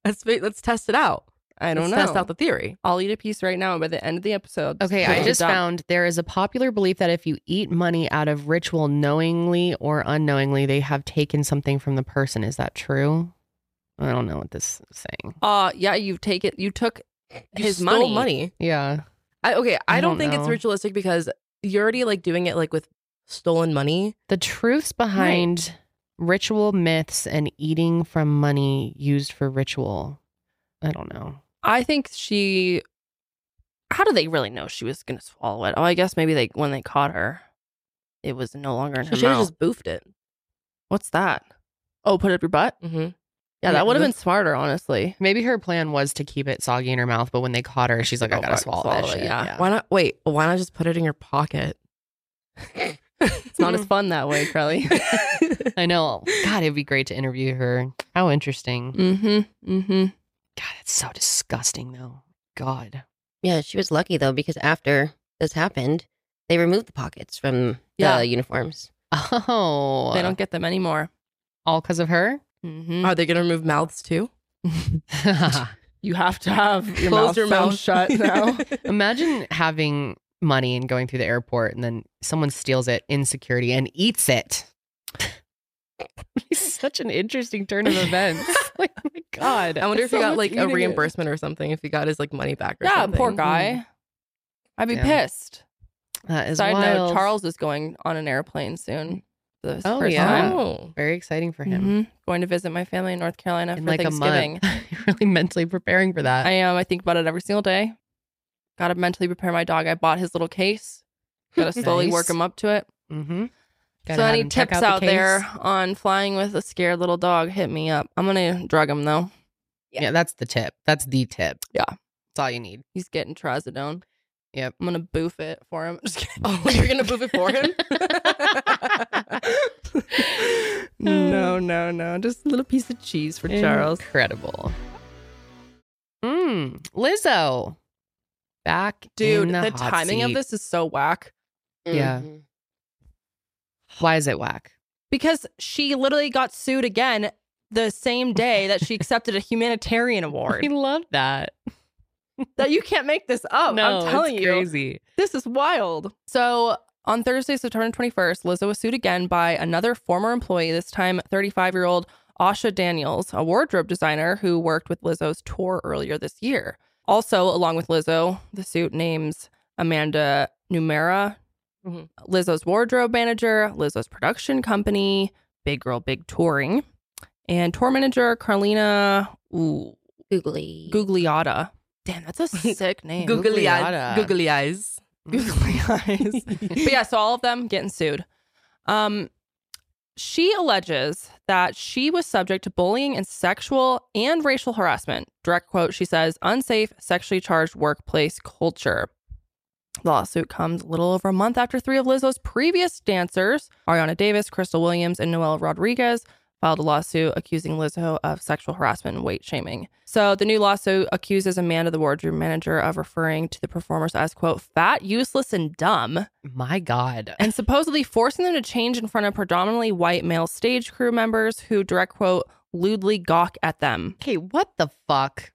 Speaker 3: Let's fi- let's test it out.
Speaker 2: I don't
Speaker 3: let's
Speaker 2: know.
Speaker 3: Test out the theory.
Speaker 2: I'll eat a piece right now, and by the end of the episode,
Speaker 1: Okay,
Speaker 2: put it
Speaker 1: I
Speaker 2: in
Speaker 1: just
Speaker 2: the dump.
Speaker 1: found there is a popular belief that if you eat money out of ritual knowingly or unknowingly, they have taken something from the person. Is that true? I don't know what this is saying.
Speaker 2: Uh, yeah, you take it. You took
Speaker 3: You
Speaker 2: his
Speaker 3: stole
Speaker 2: money.
Speaker 3: money.
Speaker 1: Yeah.
Speaker 3: I, okay, I,
Speaker 1: I
Speaker 3: don't,
Speaker 1: don't
Speaker 3: think it's
Speaker 1: know.
Speaker 3: ritualistic because you're already like doing it like with stolen money.
Speaker 1: The truths behind ritual myths and eating from money used for ritual. I don't know.
Speaker 2: I think she. How do they really know she was gonna swallow it? Oh, I guess maybe they when they caught her, it was no longer in
Speaker 3: She
Speaker 2: her
Speaker 3: should have
Speaker 2: mouth.
Speaker 3: just boofed it.
Speaker 2: What's that? Oh, put it up your butt.
Speaker 3: Mm-hmm.
Speaker 2: Yeah,
Speaker 1: Yeah,
Speaker 2: that would have
Speaker 1: the-
Speaker 2: been smarter, honestly.
Speaker 1: Maybe her plan was to keep it soggy in her mouth, but when they caught her, she's like,
Speaker 2: Oh,
Speaker 1: I gotta
Speaker 2: fuck,
Speaker 1: swallow, that
Speaker 2: swallow it,
Speaker 1: shit.
Speaker 2: yeah.
Speaker 3: Why not? Wait, why not just put it in your pocket?
Speaker 2: It's not as fun that way, Crowley.
Speaker 1: I know. God, it'd be great to interview her. How interesting.
Speaker 2: mm-hmm. Mm-hmm.
Speaker 1: God, it's so disgusting though. God.
Speaker 4: Yeah, she was lucky though because after this happened, they removed the pockets from
Speaker 2: Yeah.
Speaker 4: the uniforms.
Speaker 1: Oh.
Speaker 2: They don't get them anymore.
Speaker 1: all because of her?
Speaker 2: Mm-hmm.
Speaker 3: Are they gonna remove mouths too?
Speaker 2: You have to have your
Speaker 3: Close
Speaker 2: mouth
Speaker 3: your
Speaker 2: sewn
Speaker 3: mouth.
Speaker 2: shut now.
Speaker 1: Imagine having money and going through the airport and then someone steals it in security and eats it. Such an interesting turn of events. like my God.
Speaker 3: I wonder if he got
Speaker 1: Someone's
Speaker 3: like a
Speaker 1: eating it.
Speaker 3: reimbursement or something. If he got his like money back. Or
Speaker 2: yeah,
Speaker 3: something.
Speaker 4: Mm-hmm.
Speaker 2: poor guy. I'd be
Speaker 1: Yeah.
Speaker 2: pissed.
Speaker 1: That is
Speaker 2: Side
Speaker 1: wild.
Speaker 2: note: Charles is going on an airplane soon. for the
Speaker 1: Oh,
Speaker 2: first
Speaker 1: yeah.
Speaker 2: time.
Speaker 3: Oh.
Speaker 1: Very exciting for him.
Speaker 2: Mhm. Going to visit my family in North Carolina
Speaker 1: In
Speaker 2: for
Speaker 1: like a
Speaker 2: Thanksgiving.
Speaker 1: month. really mentally preparing for that.
Speaker 2: I am. I think about it every single day. Got to mentally prepare my dog. I bought his little case. Got to slowly
Speaker 1: Nice.
Speaker 2: work him up to it.
Speaker 1: mm-hmm.
Speaker 2: so any tips out, there on flying with a scared little dog? Hit me up. I'm gonna drug him though.
Speaker 1: Yeah. that's the tip. That's the tip.
Speaker 2: Yeah.
Speaker 1: That's all you need.
Speaker 2: He's getting trazodone.
Speaker 1: Yep.
Speaker 2: I'm gonna boof it for him. Just kidding.
Speaker 3: Oh, you're gonna move it for him?
Speaker 2: no, no, no. Just a little piece of cheese for Charles.
Speaker 1: Incredible. Mm, Lizzo. Back
Speaker 2: Dude,
Speaker 1: in
Speaker 2: the,
Speaker 1: the, hot
Speaker 2: timing of
Speaker 1: seat.
Speaker 2: this is so whack
Speaker 1: Yeah.
Speaker 4: Mhm.
Speaker 1: Why is it whack?
Speaker 2: because she literally got sued again the same day that she accepted a humanitarian award.
Speaker 1: love that.
Speaker 2: that you can't make this
Speaker 1: Oh,
Speaker 2: up. I'm telling you.
Speaker 1: crazy.
Speaker 2: This is wild. So on Thursday, September 21st, Lizzo was sued again by another former employee, this time 35 year old Asha Daniels, a wardrobe designer who worked with Lizzo's tour earlier this year. Also, along with Lizzo, the suit names Amanda Numera,
Speaker 3: Mhm.
Speaker 2: Lizzo's wardrobe manager, Lizzo's production company, Big Girl Big Touring, and tour manager Carlina ooh,
Speaker 4: Googly.
Speaker 2: Gugliotta. Damn, that's a sick name.
Speaker 3: Googly eyes.
Speaker 1: Googlyada.
Speaker 3: Googly eyes.
Speaker 2: Googly eyes. but yeah, so all of them getting sued. Um, she alleges that she was subject to bullying and sexual and racial harassment. Direct quote, she says, unsafe, sexually charged workplace culture. The lawsuit comes a little over a month after three of Lizzo's previous dancers, Ariana Davis, Crystal Williams, and Noelle Rodriguez, filed a lawsuit accusing Lizzo of sexual harassment and weight shaming. So the new lawsuit accuses Amanda, the wardrobe manager, of referring to the performers as, quote, fat, useless, and dumb
Speaker 1: My God.
Speaker 2: and supposedly forcing them to change in front of predominantly white male stage crew members who direct quote lewdly gawk at them.
Speaker 1: Okay, what the fuck?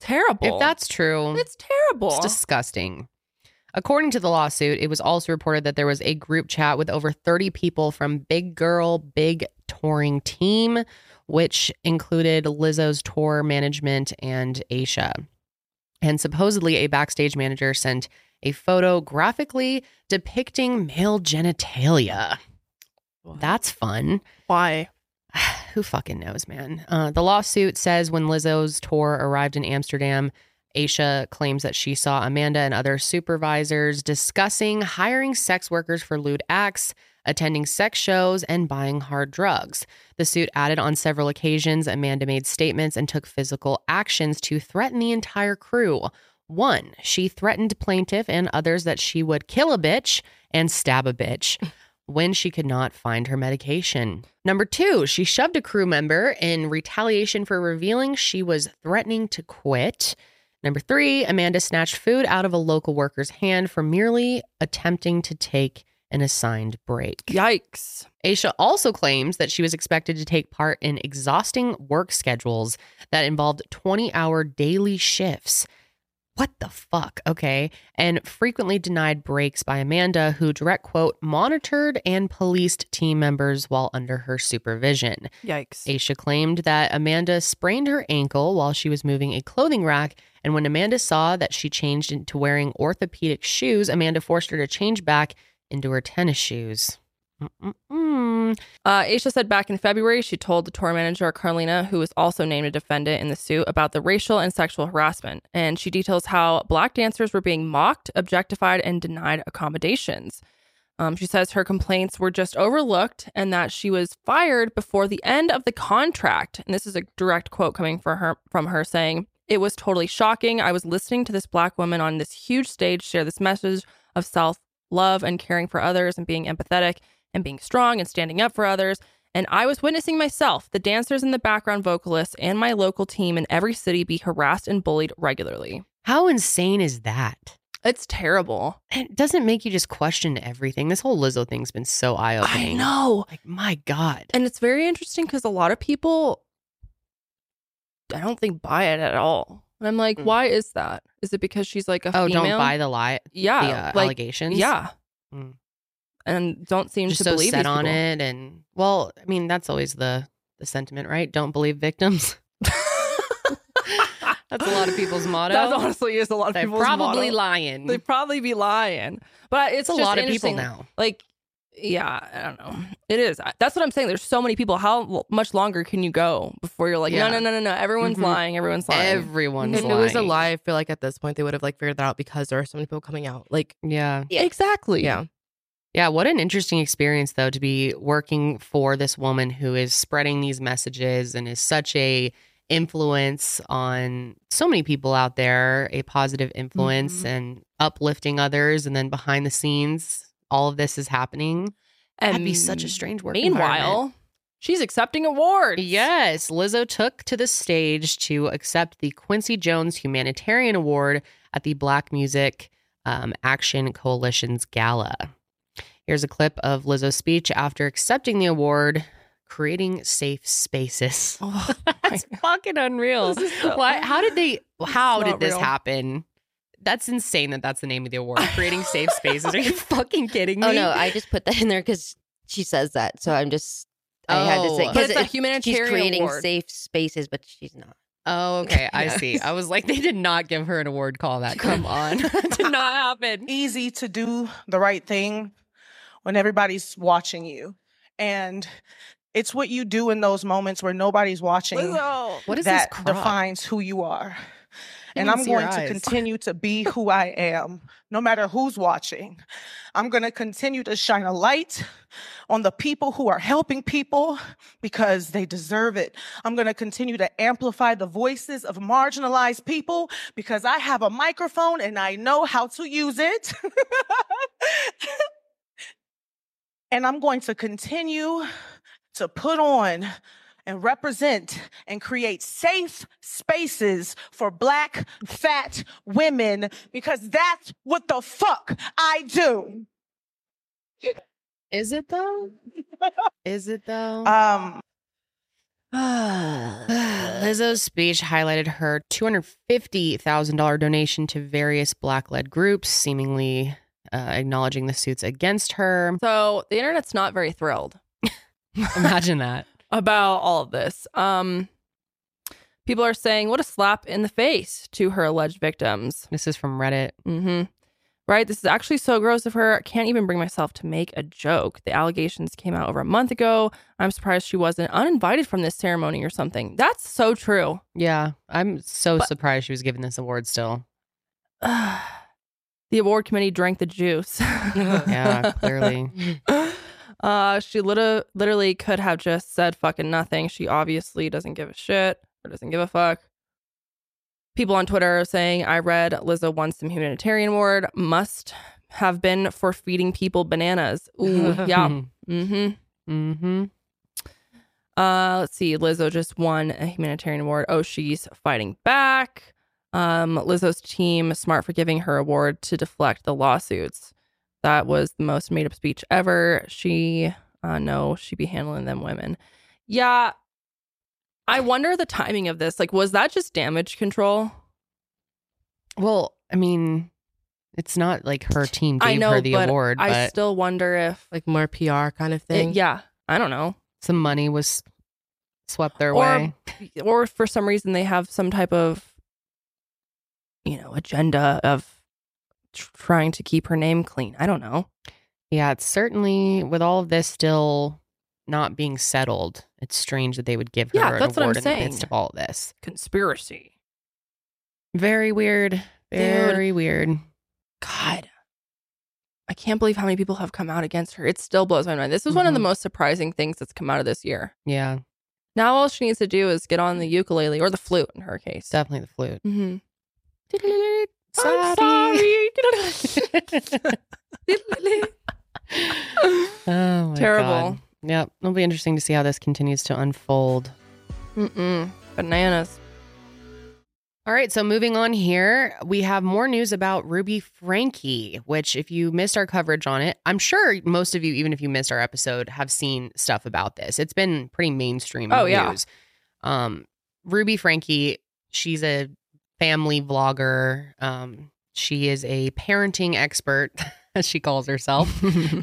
Speaker 2: Terrible.
Speaker 1: If that's true,
Speaker 2: it's terrible.
Speaker 1: It's disgusting. According to the lawsuit, it was also reported that there was a group chat with over 30 people from Big Girl Big Touring Team, which included Lizzo's tour management and Aisha. And supposedly, a backstage manager sent a photo graphically depicting male genitalia. That's fun.
Speaker 2: why.
Speaker 1: Who fucking knows, man? Uh, the lawsuit says when Lizzo's tour arrived in Amsterdam, Aisha claims that she saw Amanda and other supervisors discussing hiring sex workers for lewd acts, attending sex shows, and buying hard drugs. The suit added on several occasions Amanda made statements and took physical actions to threaten the entire crew. One, she threatened plaintiff and others that she would kill a bitch and stab a bitch when she could not find her medication. Number two, she shoved a crew member in retaliation for revealing she was threatening to quit. Number three, Amanda snatched food out of a local worker's hand for merely attempting to take an assigned break.
Speaker 2: Yikes.
Speaker 1: Aisha also claims that she was expected to take part in exhausting work schedules that involved 20 hour daily shifts. What the fuck? Okay. And frequently denied breaks by Amanda, who direct quote, monitored and policed team members while under her supervision.
Speaker 2: Yikes.
Speaker 1: Aisha claimed that Amanda sprained her ankle while she was moving a clothing rack. And when Amanda saw that she changed into wearing orthopedic shoes, Amanda forced her to change back into her tennis shoes. Mm-mm-mm.
Speaker 2: Uh, Aisha said back in February, she told the tour manager, Carlina, who was also named a defendant in the suit, about the racial and sexual harassment. And she details how black dancers were being mocked, objectified, and denied accommodations. Um, she says her complaints were just overlooked and that she was fired before the end of the contract. And this is a direct quote coming from her, from her saying, It was totally shocking. I was listening to this black woman on this huge stage share this message of self love and caring for others and being empathetic and being strong and standing up for others. And I was witnessing myself, the dancers and the background vocalists, and my local team in every city be harassed and bullied regularly.
Speaker 1: How insane is that?
Speaker 2: It's terrible.
Speaker 1: It doesn't make you just question everything. This whole Lizzo thing's been so eye
Speaker 2: I
Speaker 1: opening.
Speaker 2: know.
Speaker 1: Like, my God.
Speaker 2: And it's very interesting because a lot of people, I don't think, buy it at all. And I'm like,
Speaker 4: Mm.
Speaker 2: why is that? Is it because she's like a
Speaker 1: Oh,
Speaker 2: female?
Speaker 1: don't buy the lie, the
Speaker 2: yeah,
Speaker 1: uh,
Speaker 2: like,
Speaker 1: allegations.
Speaker 2: yeah,
Speaker 1: Mm.
Speaker 2: and don't seem
Speaker 1: just
Speaker 2: to
Speaker 1: so
Speaker 2: believe
Speaker 1: set
Speaker 2: these
Speaker 1: on
Speaker 2: people.
Speaker 1: it. And well, I mean, that's always the the sentiment, right? Don't believe victims. That's a lot of people's motto.
Speaker 2: That honestly is a lot of
Speaker 1: They're
Speaker 2: people's
Speaker 1: probably
Speaker 2: motto.
Speaker 1: lying.
Speaker 2: They'd probably be lying. But it's
Speaker 1: Mm-hmm. it's a lot of people
Speaker 2: interesting.
Speaker 1: now.
Speaker 2: Like, yeah, I don't know. It is. I- That's what I'm saying. There's so many people. How l- much longer can you go before you're like,
Speaker 1: Yeah.
Speaker 2: no, no, no, no, no. Everyone's
Speaker 1: Mhm.
Speaker 2: lying. Everyone's lying.
Speaker 1: Everyone's
Speaker 3: If it
Speaker 1: lying.
Speaker 3: was a lie, I feel like at this point they would have like figured that out because there are so many people coming out. Like,
Speaker 1: Yeah.
Speaker 4: Yeah.
Speaker 2: Exactly.
Speaker 3: yeah,
Speaker 1: Yeah. What an interesting experience, though, to be working for this woman who is spreading these messages and is such a influence on so many people out there, a positive influence
Speaker 2: Mhm.
Speaker 1: and uplifting others. And then behind the scenes, all of this is happening.
Speaker 2: And
Speaker 1: That'd be such a strange work. environment.
Speaker 2: Meanwhile, she's accepting awards.
Speaker 1: Yes, Lizzo took to the stage to accept the Quincy Jones Humanitarian Award at the Black Music um, Action Coalition's gala. Here's a clip of Lizzo's speech after accepting the award, creating safe spaces.
Speaker 2: Oh,
Speaker 1: That's fucking unreal.
Speaker 2: This is so-
Speaker 1: Why? How did they? How
Speaker 2: It's
Speaker 1: did
Speaker 2: not
Speaker 1: this
Speaker 2: real.
Speaker 1: happen? That's insane. That that's the name of the award. Creating safe spaces. Are you fucking kidding me?
Speaker 4: Oh no, I just put that in there because she says that, so I'm just I had to say
Speaker 1: Oh.
Speaker 2: But it's a
Speaker 4: because she's
Speaker 2: humanitarian
Speaker 4: creating
Speaker 2: award.
Speaker 4: safe spaces, but she's not.
Speaker 1: Oh, okay. I
Speaker 4: Yeah.
Speaker 1: see. I was like, they did not give her an award call that. Come on. that did not happen.
Speaker 5: easy to do the right thing when everybody's watching you. And it's what you do in those moments where nobody's watching
Speaker 2: Lizzo.
Speaker 1: What is
Speaker 5: that
Speaker 1: this crop?
Speaker 5: defines who you are.
Speaker 1: even
Speaker 5: And I'm
Speaker 1: see your
Speaker 5: going to
Speaker 1: eyes.
Speaker 5: continue to be who I am, no matter who's watching. I'm going to continue to shine a light on the people who are helping people because they deserve it. I'm going to continue to amplify the voices of marginalized people because I have a microphone and I know how to use it. and I'm going to continue to put on and represent and create safe spaces for black fat women because that's what the fuck I do.
Speaker 1: Is it though? Is it though?
Speaker 5: Um,
Speaker 1: Uh, Lizzo's speech highlighted her $250,000 donation to various black led groups, seemingly uh, acknowledging the suits against her.
Speaker 2: So the internet's not very thrilled
Speaker 1: Imagine that.
Speaker 2: about all of this. Um, people are saying, what a slap in the face to her alleged victims.
Speaker 1: This is from Reddit.
Speaker 2: Mm-hmm. right? This is actually so gross of her. I can't even bring myself to make a joke. The allegations came out over a month ago. I'm surprised she wasn't uninvited from this ceremony or something. That's so true.
Speaker 1: Yeah, I'm so
Speaker 2: But-
Speaker 1: surprised she was given this award still.
Speaker 2: the award committee drank the juice.
Speaker 1: Yeah, clearly.
Speaker 2: uh, she lit- literally could have just said fucking nothing. She obviously doesn't give a shit or doesn't give a fuck. People on Twitter are saying, I read Lizzo won some humanitarian award, must have been for feeding people bananas. Ooh, Mm, yeah. hmm
Speaker 1: Mm-hmm.
Speaker 2: Uh, let's see. Lizzo just won a humanitarian award. Oh, she's fighting back. Um, Lizzo's team smart for giving her award to deflect the lawsuits. That was the most made up speech ever. She, uh, no, she be handling them women. Yeah, I wonder the timing of this. Like, was that just damage control?
Speaker 1: Well, I mean, it's not like her team
Speaker 2: I
Speaker 1: gave
Speaker 2: know,
Speaker 1: her the
Speaker 2: but
Speaker 1: award,
Speaker 2: I
Speaker 1: but
Speaker 2: still wonder if,
Speaker 3: like more PR kind of
Speaker 2: it-
Speaker 3: thing.
Speaker 2: yeah, I don't know.
Speaker 1: some money was swept their
Speaker 2: Or-
Speaker 1: way.
Speaker 2: or if for some reason they have some type of you know agenda of tr- trying to keep her name clean i don't know
Speaker 1: Yeah, it's certainly with all of this still not being settled. It's strange that they would give her
Speaker 2: Yeah,
Speaker 1: an
Speaker 2: that's what I'm
Speaker 1: award in the midst
Speaker 2: saying.
Speaker 1: of all this.
Speaker 2: conspiracy
Speaker 1: Very weird. Very weird.
Speaker 2: god i can't believe how many people have come out against her it still blows my mind this is one of the
Speaker 1: Mhm.
Speaker 2: most surprising things that's come out of this year
Speaker 1: Yeah,
Speaker 2: now all she needs to do is get on the ukulele or the flute in her case
Speaker 1: it's definitely the flute.
Speaker 2: mm-hmm.
Speaker 1: Sorry. Oh my
Speaker 2: Terrible.
Speaker 1: God. Yep. It'll be interesting to see how this continues to unfold.
Speaker 2: Mm-mm. bananas
Speaker 1: All right, so moving on here, we have more news about Ruby Frankie, which, if you missed our coverage on it, I'm sure most of you, even if you missed our episode, have seen stuff about this. It's been pretty mainstream.
Speaker 2: Oh,
Speaker 1: news.
Speaker 2: yeah.
Speaker 1: Um, Ruby Frankie, she's a family vlogger. Um, she is a parenting expert, as she calls herself.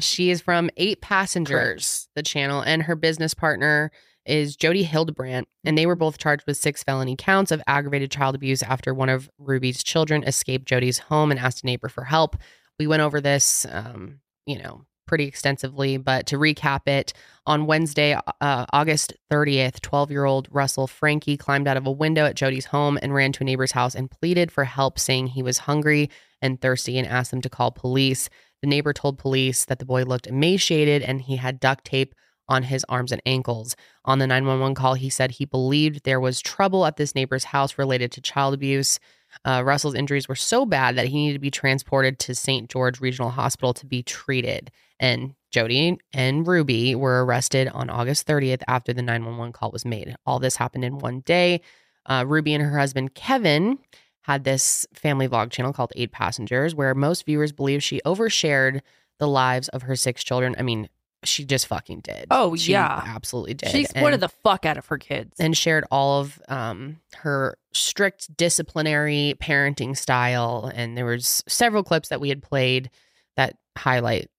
Speaker 1: she is from Eight Passengers, the channel, and her business partner is Jody Hildebrandt, and they were both charged with six felony counts of aggravated child abuse after one of Ruby's children escaped Jody's home and asked a neighbor for help. We went over this, um, you know, pretty extensively, but to recap it, on Wednesday, uh, August 30th, 12 year old Russell Frankie climbed out of a window at Jody's home and ran to a neighbor's house and pleaded for help, saying he was hungry and thirsty and asked them to call police. The neighbor told police that the boy looked emaciated and he had duct tape on his arms and ankles. On the 911 call, he said he believed there was trouble at this neighbor's house related to child abuse. Uh, Russell's injuries were so bad that he needed to be transported to St. George Regional Hospital to be treated. And Jody and Ruby were arrested on August 30th after the 911 call was made. All this happened in one day. Uh, Ruby and her husband, Kevin, had this family vlog channel called Eight Passengers, where most viewers believe she overshared the lives of her six children. I mean, she just fucking did.
Speaker 2: Oh,
Speaker 1: She
Speaker 2: yeah.
Speaker 1: absolutely did.
Speaker 2: she
Speaker 1: And-
Speaker 2: exploited the fuck out of her kids
Speaker 1: and shared all of um, her strict disciplinary parenting style and there was several clips that we had played that highlight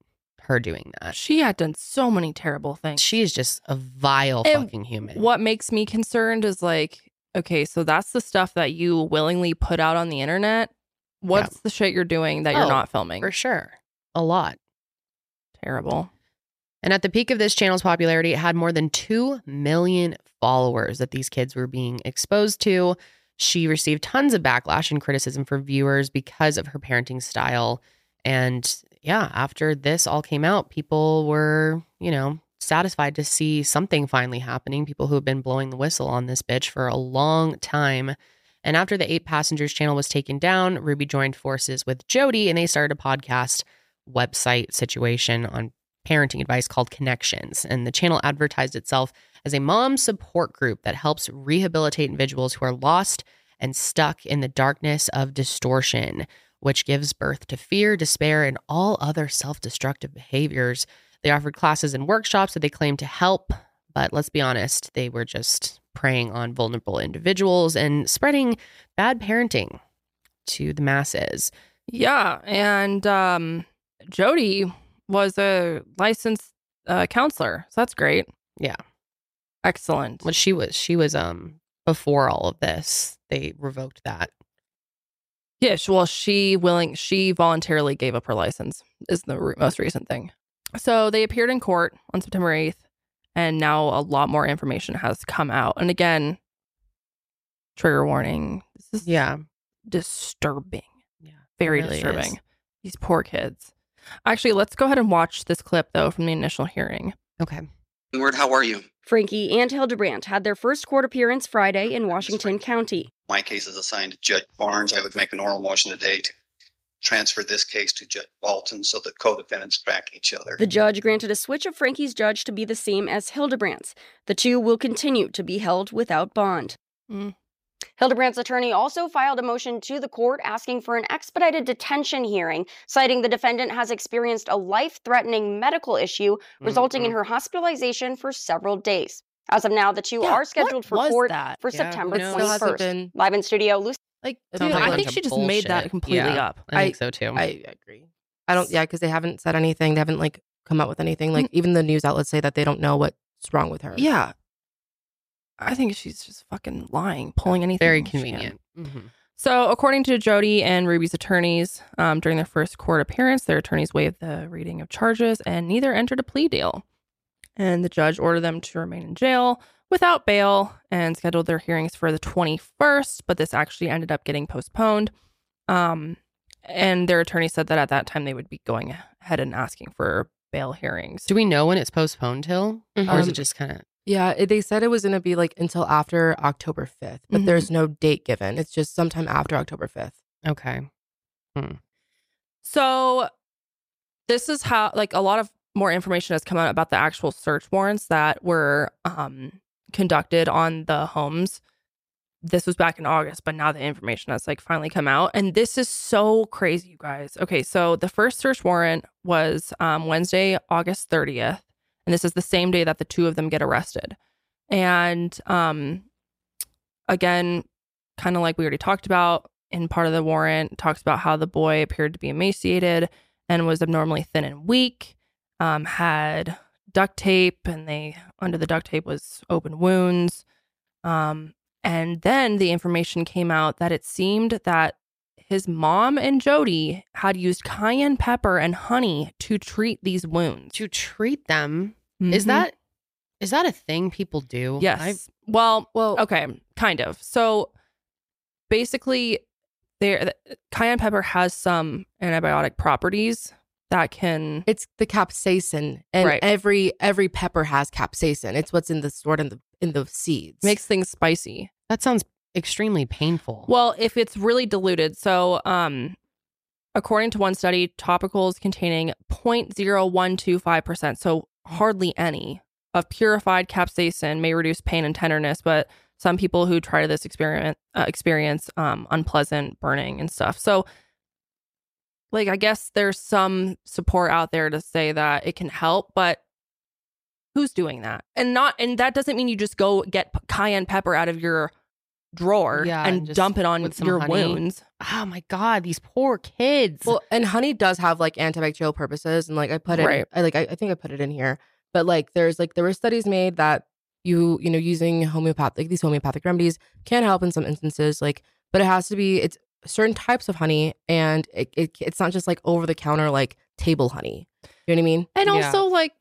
Speaker 1: her doing that
Speaker 2: she had done so many terrible
Speaker 1: uh,
Speaker 2: things
Speaker 1: she is just a vile
Speaker 2: And
Speaker 1: fucking human
Speaker 2: what makes me concerned is like okay so that's the stuff that you willingly put out on the internet what's the shit you're doing that you're
Speaker 1: Oh,
Speaker 2: not filming
Speaker 1: for sure a lot
Speaker 2: terrible
Speaker 1: And at the peak of this channel's popularity, it had more than 2 million followers that these kids were being exposed to. She received tons of backlash and criticism from viewers because of her parenting style. And yeah, after this all came out, people were, you know, satisfied to see something finally happening. People who have been blowing the whistle on this bitch for a long time. And after the Eight Passengers channel was taken down, Ruby joined forces with Jody and they started a podcast website situation on parenting advice called Connections. And the channel advertised itself as a mom support group that helps rehabilitate individuals who are lost and stuck in the darkness of distortion, which gives birth to fear, despair, and all other self destructive behaviors. They offered classes and workshops that they claimed to help. But let's be honest, they were just preying on vulnerable individuals and spreading bad parenting to the masses.
Speaker 2: yeah and um jody was a licensed uh, counselor so that's great
Speaker 1: Yeah.
Speaker 2: excellent
Speaker 1: Well, she was she was um before all of this. They revoked that.
Speaker 2: Yeah, sh- well, she willing she voluntarily gave up her license is the re- most recent thing. So they appeared in court on September 8th, and now a lot more information has come out. And again, trigger warning. This is
Speaker 1: Yeah.
Speaker 2: disturbing.
Speaker 1: Yeah,
Speaker 2: very
Speaker 1: really is.
Speaker 2: disturbing. These poor kids. Actually, let's go ahead and watch this clip though from the initial hearing.
Speaker 1: Okay.
Speaker 6: Word, how are you?
Speaker 7: Frankie and Hildebrand had their first court appearance Friday in Washington County.
Speaker 6: My case is assigned to Judge Barnes. I would make an oral motion today to transfer this case to Judge Walton so that co-defendants track each other.
Speaker 7: The judge granted a switch of Frankie's judge to be the same as Hildebrand's. The two will continue to be held without bond.
Speaker 2: Mm.
Speaker 8: Hildebrandt's attorney also filed a motion to the court asking for an expedited detention hearing, citing the defendant has experienced a life threatening medical issue, resulting
Speaker 3: Mm-hmm.
Speaker 8: in her hospitalization for several days. As of now, the two
Speaker 3: Yeah,
Speaker 8: are scheduled
Speaker 3: what
Speaker 8: for
Speaker 3: was
Speaker 8: court
Speaker 3: that?
Speaker 8: for
Speaker 1: Yeah,
Speaker 8: September
Speaker 1: who knows?
Speaker 3: It still hasn't
Speaker 8: 21st.
Speaker 3: been-
Speaker 8: Live in studio, Lucy.
Speaker 3: Like,
Speaker 1: Sounds like
Speaker 3: dude,
Speaker 1: a
Speaker 3: I
Speaker 1: bunch
Speaker 3: think
Speaker 1: of
Speaker 3: she just made that
Speaker 1: bullshit.
Speaker 3: completely
Speaker 1: Yeah.
Speaker 3: up.
Speaker 1: I think so too.
Speaker 3: I agree. I don't. Yeah, because they haven't said anything. They haven't like come out with anything. Like even the news outlets say that they don't know what's wrong with her.
Speaker 2: Yeah. I think she's just fucking lying, pulling anything.
Speaker 1: Very
Speaker 2: she can.
Speaker 1: convenient. Mm-hmm.
Speaker 2: So, according to Jody and Ruby's attorneys, um, during their first court appearance, their attorneys waived the reading of charges and neither entered a plea deal. And the judge ordered them to remain in jail without bail and scheduled their hearings for the 21st, but this actually ended up getting postponed. Um, and their attorney said that at that time they would be going ahead and asking for bail hearings.
Speaker 1: Do we know when it's postponed till? Or is
Speaker 3: Um,
Speaker 1: it just kind of
Speaker 3: Yeah, it, they said it was going to be like until after October 5th, but
Speaker 2: Mhm.
Speaker 3: there's no date given. It's just sometime after October 5th.
Speaker 1: okay?
Speaker 2: So this is how like a lot of more information has come out about the actual search warrants that were um conducted on the homes. This was back in August, but now the information has like finally come out and this is so crazy, you guys. Okay, so the first search warrant was um Wednesday, August 30th, and this is the same day that the two of them get arrested. And um again, kind of like we already talked about in part of the warrant, talks about how the boy appeared to be emaciated and was abnormally thin and weak, um, had duct tape, and they under the duct tape was open wounds. Um, and then the information came out that it seemed that his mom and Jody had used cayenne pepper and honey to treat these wounds.
Speaker 1: To treat them is
Speaker 2: Mhm.
Speaker 1: that is that a thing people do?
Speaker 2: Yes.
Speaker 1: I've-
Speaker 2: well,
Speaker 3: Well,
Speaker 2: okay, kind of. So basically, there th- cayenne pepper has some antibiotic properties that can.
Speaker 3: It's the capsaicin, and
Speaker 2: Right.
Speaker 3: every every pepper has capsaicin. It's what's in the stored in the in the seeds.
Speaker 2: Makes things spicy.
Speaker 1: that sounds extremely painful.
Speaker 2: Well, if it's really diluted, so um, according to one study, topicals containing 0.0125 percent, so hardly any of purified capsaicin may reduce pain and tenderness, but some people who try this experiment uh, experience um, unpleasant burning and stuff. So, like, I guess there's some support out there to say that it can help, but who's doing that? And not, and that doesn't mean you just go get p- cayenne pepper out of your drawer
Speaker 1: Yeah,
Speaker 2: and
Speaker 1: and just
Speaker 2: dump it on
Speaker 1: with some
Speaker 2: your
Speaker 1: honey.
Speaker 2: wounds.
Speaker 1: oh my god, these poor kids.
Speaker 3: Well, and honey does have like antibacterial purposes, and like I put it,
Speaker 2: Right.
Speaker 3: I like I, I think I put it in here. But like, there's like there were studies made that you you know using homeopathic these homeopathic remedies can help in some instances, like, but it has to be it's certain types of honey, and it, it it's not just like over the counter like table honey. You know what I mean?
Speaker 2: And
Speaker 1: Yeah.
Speaker 2: also, like,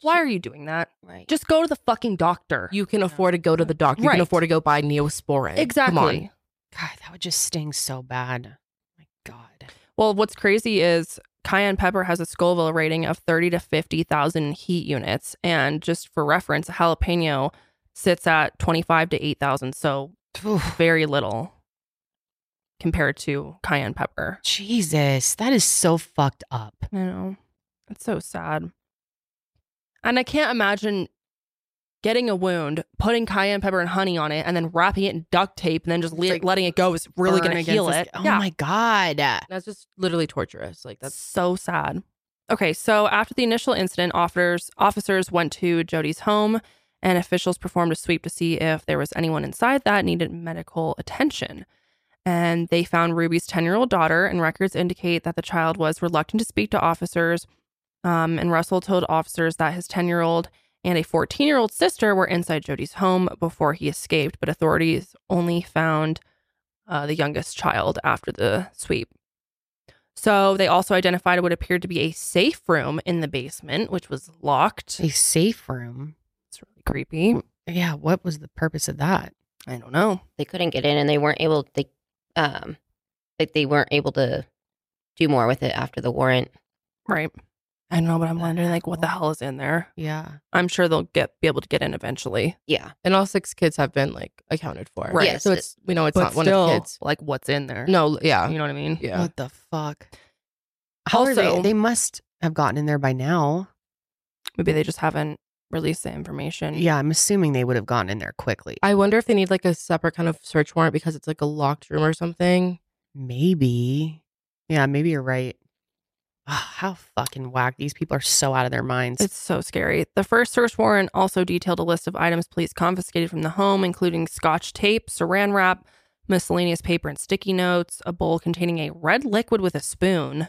Speaker 2: why are you doing that?
Speaker 4: Right.
Speaker 2: Just go to the fucking doctor.
Speaker 3: You can afford to go to the doctor. You
Speaker 2: Right.
Speaker 3: can afford to go buy Neosporin.
Speaker 2: exactly.
Speaker 3: Come on.
Speaker 1: god, that would just sting so bad. Oh My god.
Speaker 2: Well, what's crazy is cayenne pepper has a Scoville rating of 30 to 50,000 heat units. And just for reference, a jalapeno sits at 25 to 8,000. So
Speaker 1: Oof.
Speaker 2: very little compared to cayenne pepper.
Speaker 1: Jesus, that is so fucked up.
Speaker 2: I know. It's so sad. And I can't imagine getting a wound, putting cayenne pepper and honey on it, and then wrapping it in duct tape and then just
Speaker 1: It's
Speaker 2: le-
Speaker 1: like
Speaker 2: letting it go is really
Speaker 1: Burn
Speaker 2: going
Speaker 1: against
Speaker 2: to heal
Speaker 1: this-
Speaker 2: it.
Speaker 1: Oh
Speaker 2: yeah.
Speaker 1: my god.
Speaker 3: That's just literally torturous. Like
Speaker 2: That's
Speaker 3: that's
Speaker 2: so sad. Okay, so after the initial incident, officers officers went to Jody's home and officials performed a sweep to see if there was anyone inside that needed medical attention. And they found Ruby's 10-year-old daughter, and records indicate that the child was reluctant to speak to officers. Um, and Russell told officers that his 10-year-old and a 14-year-old sister were inside Jody's home before he escaped, but authorities only found uh, the youngest child after the sweep. So they also identified what appeared to be a safe room in the basement, which was locked.
Speaker 1: A safe room.
Speaker 2: It's really creepy.
Speaker 1: Yeah. What was the purpose of that?
Speaker 2: I don't know.
Speaker 4: They couldn't get in, and they weren't able. They, um, like they weren't able to do more with it after the warrant.
Speaker 2: Right. I know, but I'm wondering like what the hell is in there.
Speaker 1: Yeah.
Speaker 2: I'm sure they'll get be able to get in eventually.
Speaker 4: Yeah,
Speaker 3: and all six kids have been like accounted for.
Speaker 2: Right.
Speaker 4: Yes,
Speaker 3: So it's we know it's
Speaker 2: but
Speaker 3: not
Speaker 2: still,
Speaker 3: one of the kids.
Speaker 2: like what's in there?
Speaker 3: No. Yeah.
Speaker 2: you know what I mean.
Speaker 3: Yeah.
Speaker 1: What the fuck? How are
Speaker 2: Uh, Also-
Speaker 1: they, they must have gotten in there by now.
Speaker 2: Maybe they just haven't released the information.
Speaker 1: Yeah, I'm assuming they would have gotten in there quickly.
Speaker 3: I wonder if they need like a separate kind of search warrant because it's like a locked room or something.
Speaker 1: Maybe. Yeah, maybe you're right. Ah, how fucking whack. These people are so out of their minds.
Speaker 2: It's so scary. The first search warrant also detailed a list of items police confiscated from the home, including scotch tape, saran wrap, miscellaneous paper and sticky notes, a bowl containing a red liquid with a spoon.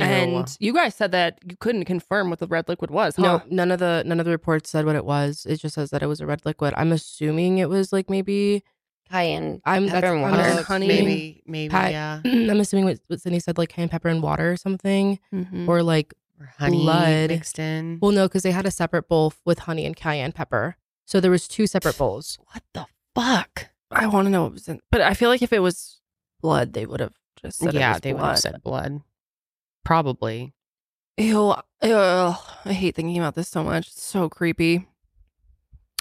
Speaker 1: Ew.
Speaker 2: And you guys said that you couldn't confirm what the red liquid was. Huh?
Speaker 3: No, none of the none of the reports said what it was. It just says that it was a red liquid. I'm assuming it was like maybe
Speaker 4: cayenne.
Speaker 3: I'm
Speaker 4: Pepper and
Speaker 3: I'm
Speaker 4: water.
Speaker 3: assuming-
Speaker 2: honey.
Speaker 1: maybe, maybe,
Speaker 3: Pat-
Speaker 1: yeah.
Speaker 3: I'm assuming what, what Cindy said, like cayenne pepper and water or something,
Speaker 2: Mhm.
Speaker 3: or like
Speaker 1: Or honey
Speaker 3: blood.
Speaker 1: mixed in.
Speaker 3: well, no, because they had a separate bowl f- with honey and cayenne pepper. So there was two separate bowls.
Speaker 1: what the fuck?
Speaker 2: I want to know what was in. But I feel like if it was blood, they would have just said. it
Speaker 1: yeah,
Speaker 2: was
Speaker 1: they would
Speaker 2: blood.
Speaker 1: have said blood. Probably.
Speaker 2: Ew, ew, I hate thinking about this so much. It's so creepy.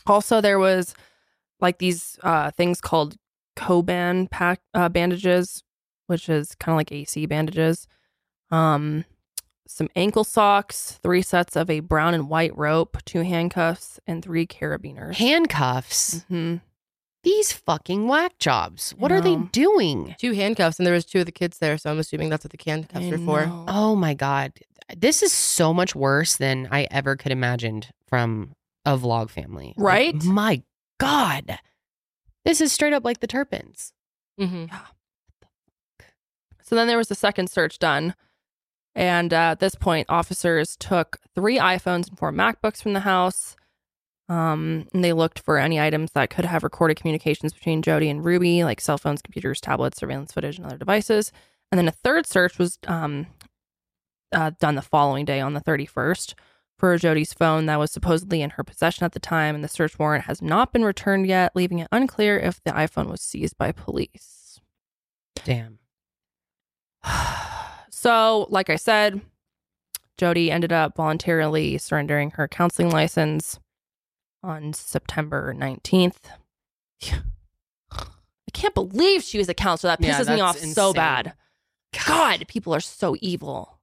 Speaker 2: Also, there was like these uh, things called Coban pack uh, bandages, which is kind of like AC bandages. Um, some ankle socks, three sets of a brown and white rope, two handcuffs, and three carabiners.
Speaker 1: Handcuffs.
Speaker 2: Mhm.
Speaker 1: These fucking whack jobs.
Speaker 2: I
Speaker 1: What are they
Speaker 2: know.
Speaker 1: doing?
Speaker 3: Two handcuffs, and there was two of the kids there. So I'm assuming that's what the handcuffs
Speaker 2: I
Speaker 3: are for.
Speaker 2: know.
Speaker 1: Oh my God. This is so much worse than I ever could imagined from a vlog family. Like,
Speaker 2: Right?
Speaker 1: my God. This is straight up like the Turpins.
Speaker 3: Mm-hmm.
Speaker 2: So then there was a second search done. And uh, at this point, officers took three iPhones and four MacBooks from the house. Um, and they looked for any items that could have recorded communications between Jody and Ruby, like cell phones, computers, tablets, surveillance footage, and other devices. And then a third search was um, uh, done the following day on the 31st for Jody's phone that was supposedly in her possession at the time. And the search warrant has not been returned yet, leaving it unclear if the iPhone was seized by police.
Speaker 1: Damn.
Speaker 2: so, like I said, Jody ended up voluntarily surrendering her counseling license on September 19th. I can't believe she was a counselor. That
Speaker 1: Yeah,
Speaker 2: pisses me
Speaker 1: that's
Speaker 2: off so
Speaker 1: insane.
Speaker 2: bad. God, people are so evil.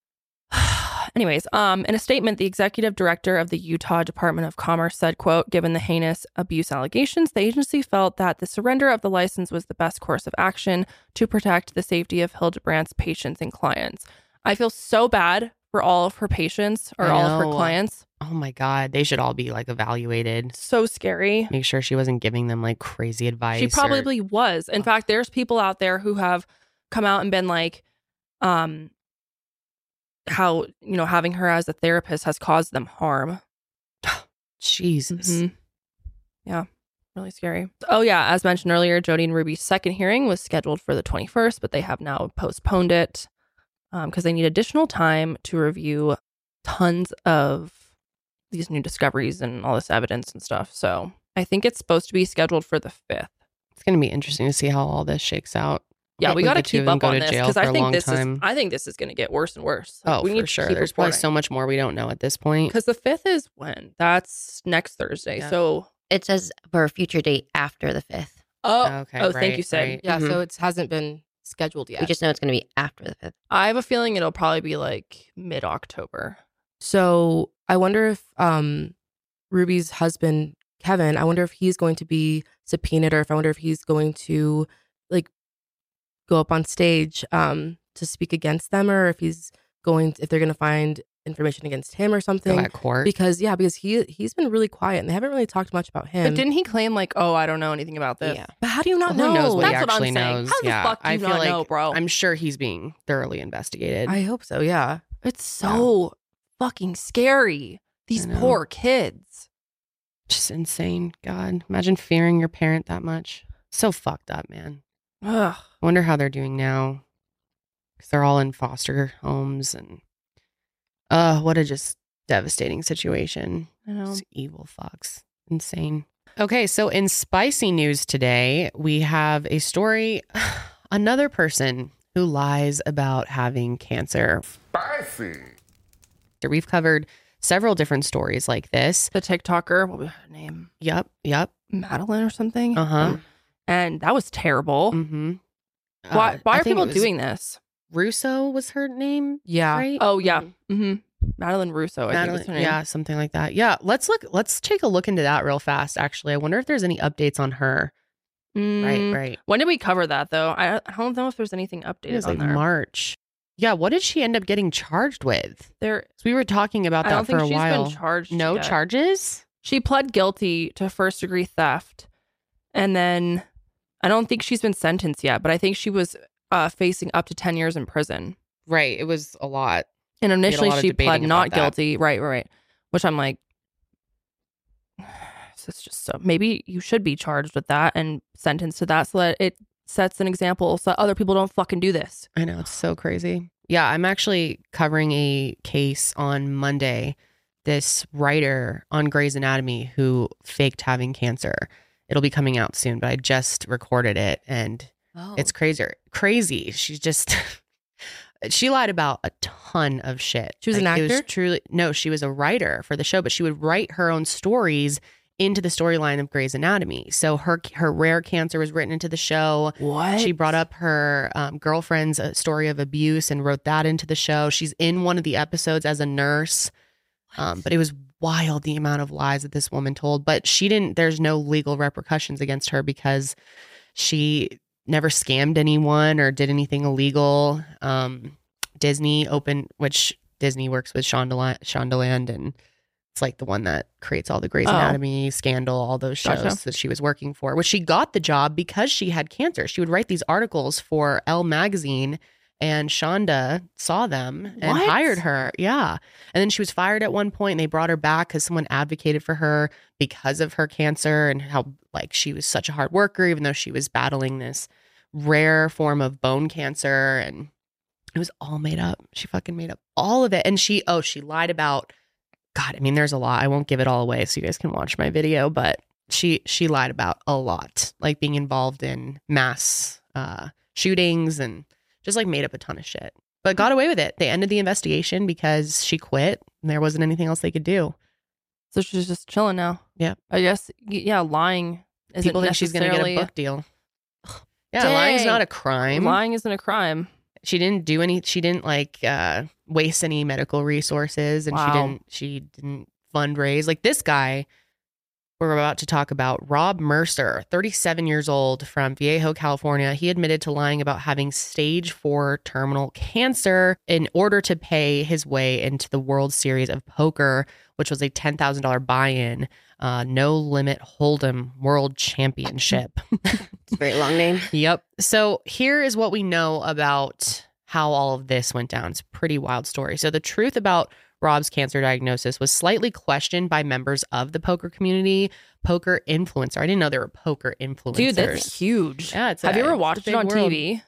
Speaker 2: Anyways, um, in a statement, the executive director of the Utah Department of Commerce said, quote, given the heinous abuse allegations, the agency felt that the surrender of the license was the best course of action to protect the safety of Hildebrandt's patients and clients. I feel so bad for all of her patients or
Speaker 1: I
Speaker 2: all of her
Speaker 1: know.
Speaker 2: clients.
Speaker 1: Oh my God. They should all be like evaluated.
Speaker 2: So scary.
Speaker 1: Make sure she wasn't giving them like crazy advice.
Speaker 2: She
Speaker 1: or-
Speaker 2: probably was. In fact, there's people out there who have come out and been like, um, how you know having her as a therapist has caused them harm.
Speaker 1: Jesus.
Speaker 2: Mhm. Yeah, really scary. Oh yeah, as mentioned earlier, Jody and Ruby's second hearing was scheduled for the 21st, but they have now postponed it because they need additional time to review tons of these new discoveries and all this evidence and stuff. So I think it's supposed to be scheduled for the 5th.
Speaker 1: It's going to be interesting to see how all this shakes out.
Speaker 2: Yeah, we
Speaker 1: Leave
Speaker 2: got to
Speaker 1: the two of
Speaker 2: keep
Speaker 1: them
Speaker 2: up
Speaker 1: go
Speaker 2: on
Speaker 1: to
Speaker 2: this
Speaker 1: jail
Speaker 2: because I
Speaker 1: for a
Speaker 2: think
Speaker 1: long
Speaker 2: this is
Speaker 1: time.
Speaker 2: I think this is going to get worse and worse.
Speaker 1: Oh,
Speaker 2: we
Speaker 1: for
Speaker 2: need to
Speaker 1: sure.
Speaker 2: keep
Speaker 1: There's probably so much more we don't know at this point.
Speaker 2: because the fifth is when that's next Thursday.
Speaker 1: Yeah.
Speaker 2: So
Speaker 4: It says for a future date after the fifth.
Speaker 2: oh,
Speaker 1: okay.
Speaker 2: oh, thank you, Sid.
Speaker 3: Yeah.
Speaker 2: Mhm.
Speaker 3: So it hasn't been scheduled yet.
Speaker 4: We just know it's going to be after the fifth.
Speaker 2: I have a feeling it'll probably be like mid October.
Speaker 3: So I wonder if um Ruby's husband Kevin, I wonder if he's going to be subpoenaed or if I wonder if he's going to like go up on stage um to speak against them or if he's going if they're going to find information against him or
Speaker 1: Go
Speaker 3: something
Speaker 1: at court.
Speaker 3: because yeah because he he's been really quiet and they haven't really talked much about him.
Speaker 2: But didn't he claim like, oh, I don't know anything about this?
Speaker 4: Yeah.
Speaker 3: But how do you not
Speaker 1: Well, who
Speaker 3: know?
Speaker 1: knows what he
Speaker 2: That's what I'm
Speaker 1: actually
Speaker 2: saying.
Speaker 1: knows.
Speaker 2: How the
Speaker 1: yeah.
Speaker 2: fuck do
Speaker 1: I
Speaker 2: you
Speaker 1: feel
Speaker 2: not
Speaker 1: like
Speaker 2: know, bro?
Speaker 1: I'm sure he's being thoroughly investigated.
Speaker 3: I hope so, yeah.
Speaker 2: It's so fucking scary. These
Speaker 1: I know.
Speaker 2: poor kids.
Speaker 1: Just insane. God, imagine fearing your parent that much. So fucked up, man.
Speaker 2: Ugh.
Speaker 1: I wonder how they're doing now. Because they're all in foster homes and uh what a just devastating situation.
Speaker 2: I know.
Speaker 1: Just evil fucks. Insane. Okay, so in spicy news today, we have a story another person who lies about having cancer.
Speaker 9: Spicy.
Speaker 1: We've covered several different stories like this.
Speaker 2: The TikToker, what was her name?
Speaker 1: Yep, yep.
Speaker 2: Madeline or something.
Speaker 1: Uh-huh.
Speaker 2: And that was terrible.
Speaker 1: Mm-hmm.
Speaker 2: oh.
Speaker 1: uh,
Speaker 2: Why, why are people doing this?
Speaker 1: Russo was her name,
Speaker 3: Yeah.
Speaker 1: right? Mm-hmm.
Speaker 2: Oh, yeah. hmm Madeline Russo, I think was her
Speaker 1: Madeline,
Speaker 2: name.
Speaker 1: yeah, something like that. Yeah, let's look. Let's take a look into that real fast. Actually, I wonder if there's any updates on her.
Speaker 2: Mm.
Speaker 1: Right, right.
Speaker 2: When did we cover that, though? I I don't know if there's anything
Speaker 1: It
Speaker 2: updated
Speaker 1: was
Speaker 2: on
Speaker 1: like
Speaker 2: there.
Speaker 1: March. Yeah, what did she end up getting charged with?
Speaker 2: there
Speaker 1: So we were talking about
Speaker 2: I
Speaker 1: that
Speaker 2: don't
Speaker 1: for
Speaker 2: think
Speaker 1: a
Speaker 2: she's
Speaker 1: while.
Speaker 2: been charged.
Speaker 1: no
Speaker 2: yet.
Speaker 1: charges.
Speaker 2: She pled guilty to first degree theft, and then I don't think she's been sentenced yet. But I think she was uh, facing up to ten years in prison.
Speaker 1: Right, it was a lot.
Speaker 2: And
Speaker 1: lot
Speaker 2: initially,
Speaker 1: of
Speaker 2: she
Speaker 1: debating
Speaker 2: pled
Speaker 1: about
Speaker 2: not
Speaker 1: that.
Speaker 2: guilty. Right, right, right. Which I'm like, this is just so. Maybe you should be charged with that and sentenced to that, so that it sets an example, so that other people don't fucking do this.
Speaker 1: I know it's so crazy. Yeah, I'm actually covering a case on Monday. This writer on Grey's Anatomy who faked having cancer. It'll be coming out soon, but I just recorded it and
Speaker 4: Oh.
Speaker 1: It's crazier. Crazy. She's just she lied about a ton of shit.
Speaker 3: She was an
Speaker 1: It was
Speaker 3: actor?
Speaker 1: truly no, she was a writer for the show, but she would write her own stories into the storyline of Grey's Anatomy. So her her rare cancer was written into the show.
Speaker 2: What
Speaker 1: She brought up her um, girlfriend's uh, story of abuse and wrote that into the show. She's in one of the episodes as a nurse. Um, but it was wild the amount of lies that this woman told. But she didn't, there's no legal repercussions against her because she never scammed anyone or did anything illegal. Um, Disney opened, which Disney works with Shondaland, Shondaland and it's like the one that creates all the Grey's
Speaker 2: Oh.
Speaker 1: Anatomy, Scandal, all those shows
Speaker 2: Gotcha.
Speaker 1: that she was working for, which she got the job because she had cancer. She would write these articles for Elle magazine and Shonda saw them and
Speaker 2: What?
Speaker 1: hired her. Yeah. And then she was fired at one point and they brought her back because someone advocated for her because of her cancer and how like she was such a hard worker, even though she was battling this rare form of bone cancer and it was all made up. She fucking made up all of it. And she, oh, she lied about God, I mean, there's a lot. I won't give it all away so you guys can watch my video, but she she lied about a lot, like being involved in mass uh shootings and just like made up a ton of shit. But got away with it. They ended the investigation because she quit and there wasn't anything else they could do.
Speaker 2: So she's just chilling now.
Speaker 1: Yeah.
Speaker 2: I guess. y- Yeah, lying. Isn't
Speaker 1: People think she's gonna get a
Speaker 2: necessarily-
Speaker 1: book deal. Yeah, lying's
Speaker 2: Dang.
Speaker 1: not a crime.
Speaker 2: Lying isn't a crime.
Speaker 1: she didn't do any she didn't like uh waste any medical resources and she
Speaker 2: Wow.
Speaker 1: didn't she didn't fundraise like this guy we're about to talk about Rob Mercer, 37 years old from Viejo, California. He admitted to lying about having stage 4 terminal cancer in order to pay his way into the World Series of Poker, which was a $10,000 buy-in, uh, no limit hold'em world championship.
Speaker 4: It's a very long name.
Speaker 1: Yep. So here is what we know about how all of this went down. It's a pretty wild story. So the truth about Rob's cancer diagnosis was slightly questioned by members of the poker community, poker influencer. I didn't know there were poker influencers.
Speaker 2: Dude, that's huge.
Speaker 1: yeah, it's a-
Speaker 2: Have you ever
Speaker 1: it's a
Speaker 2: watched it
Speaker 1: big
Speaker 2: on
Speaker 1: world.
Speaker 2: TV?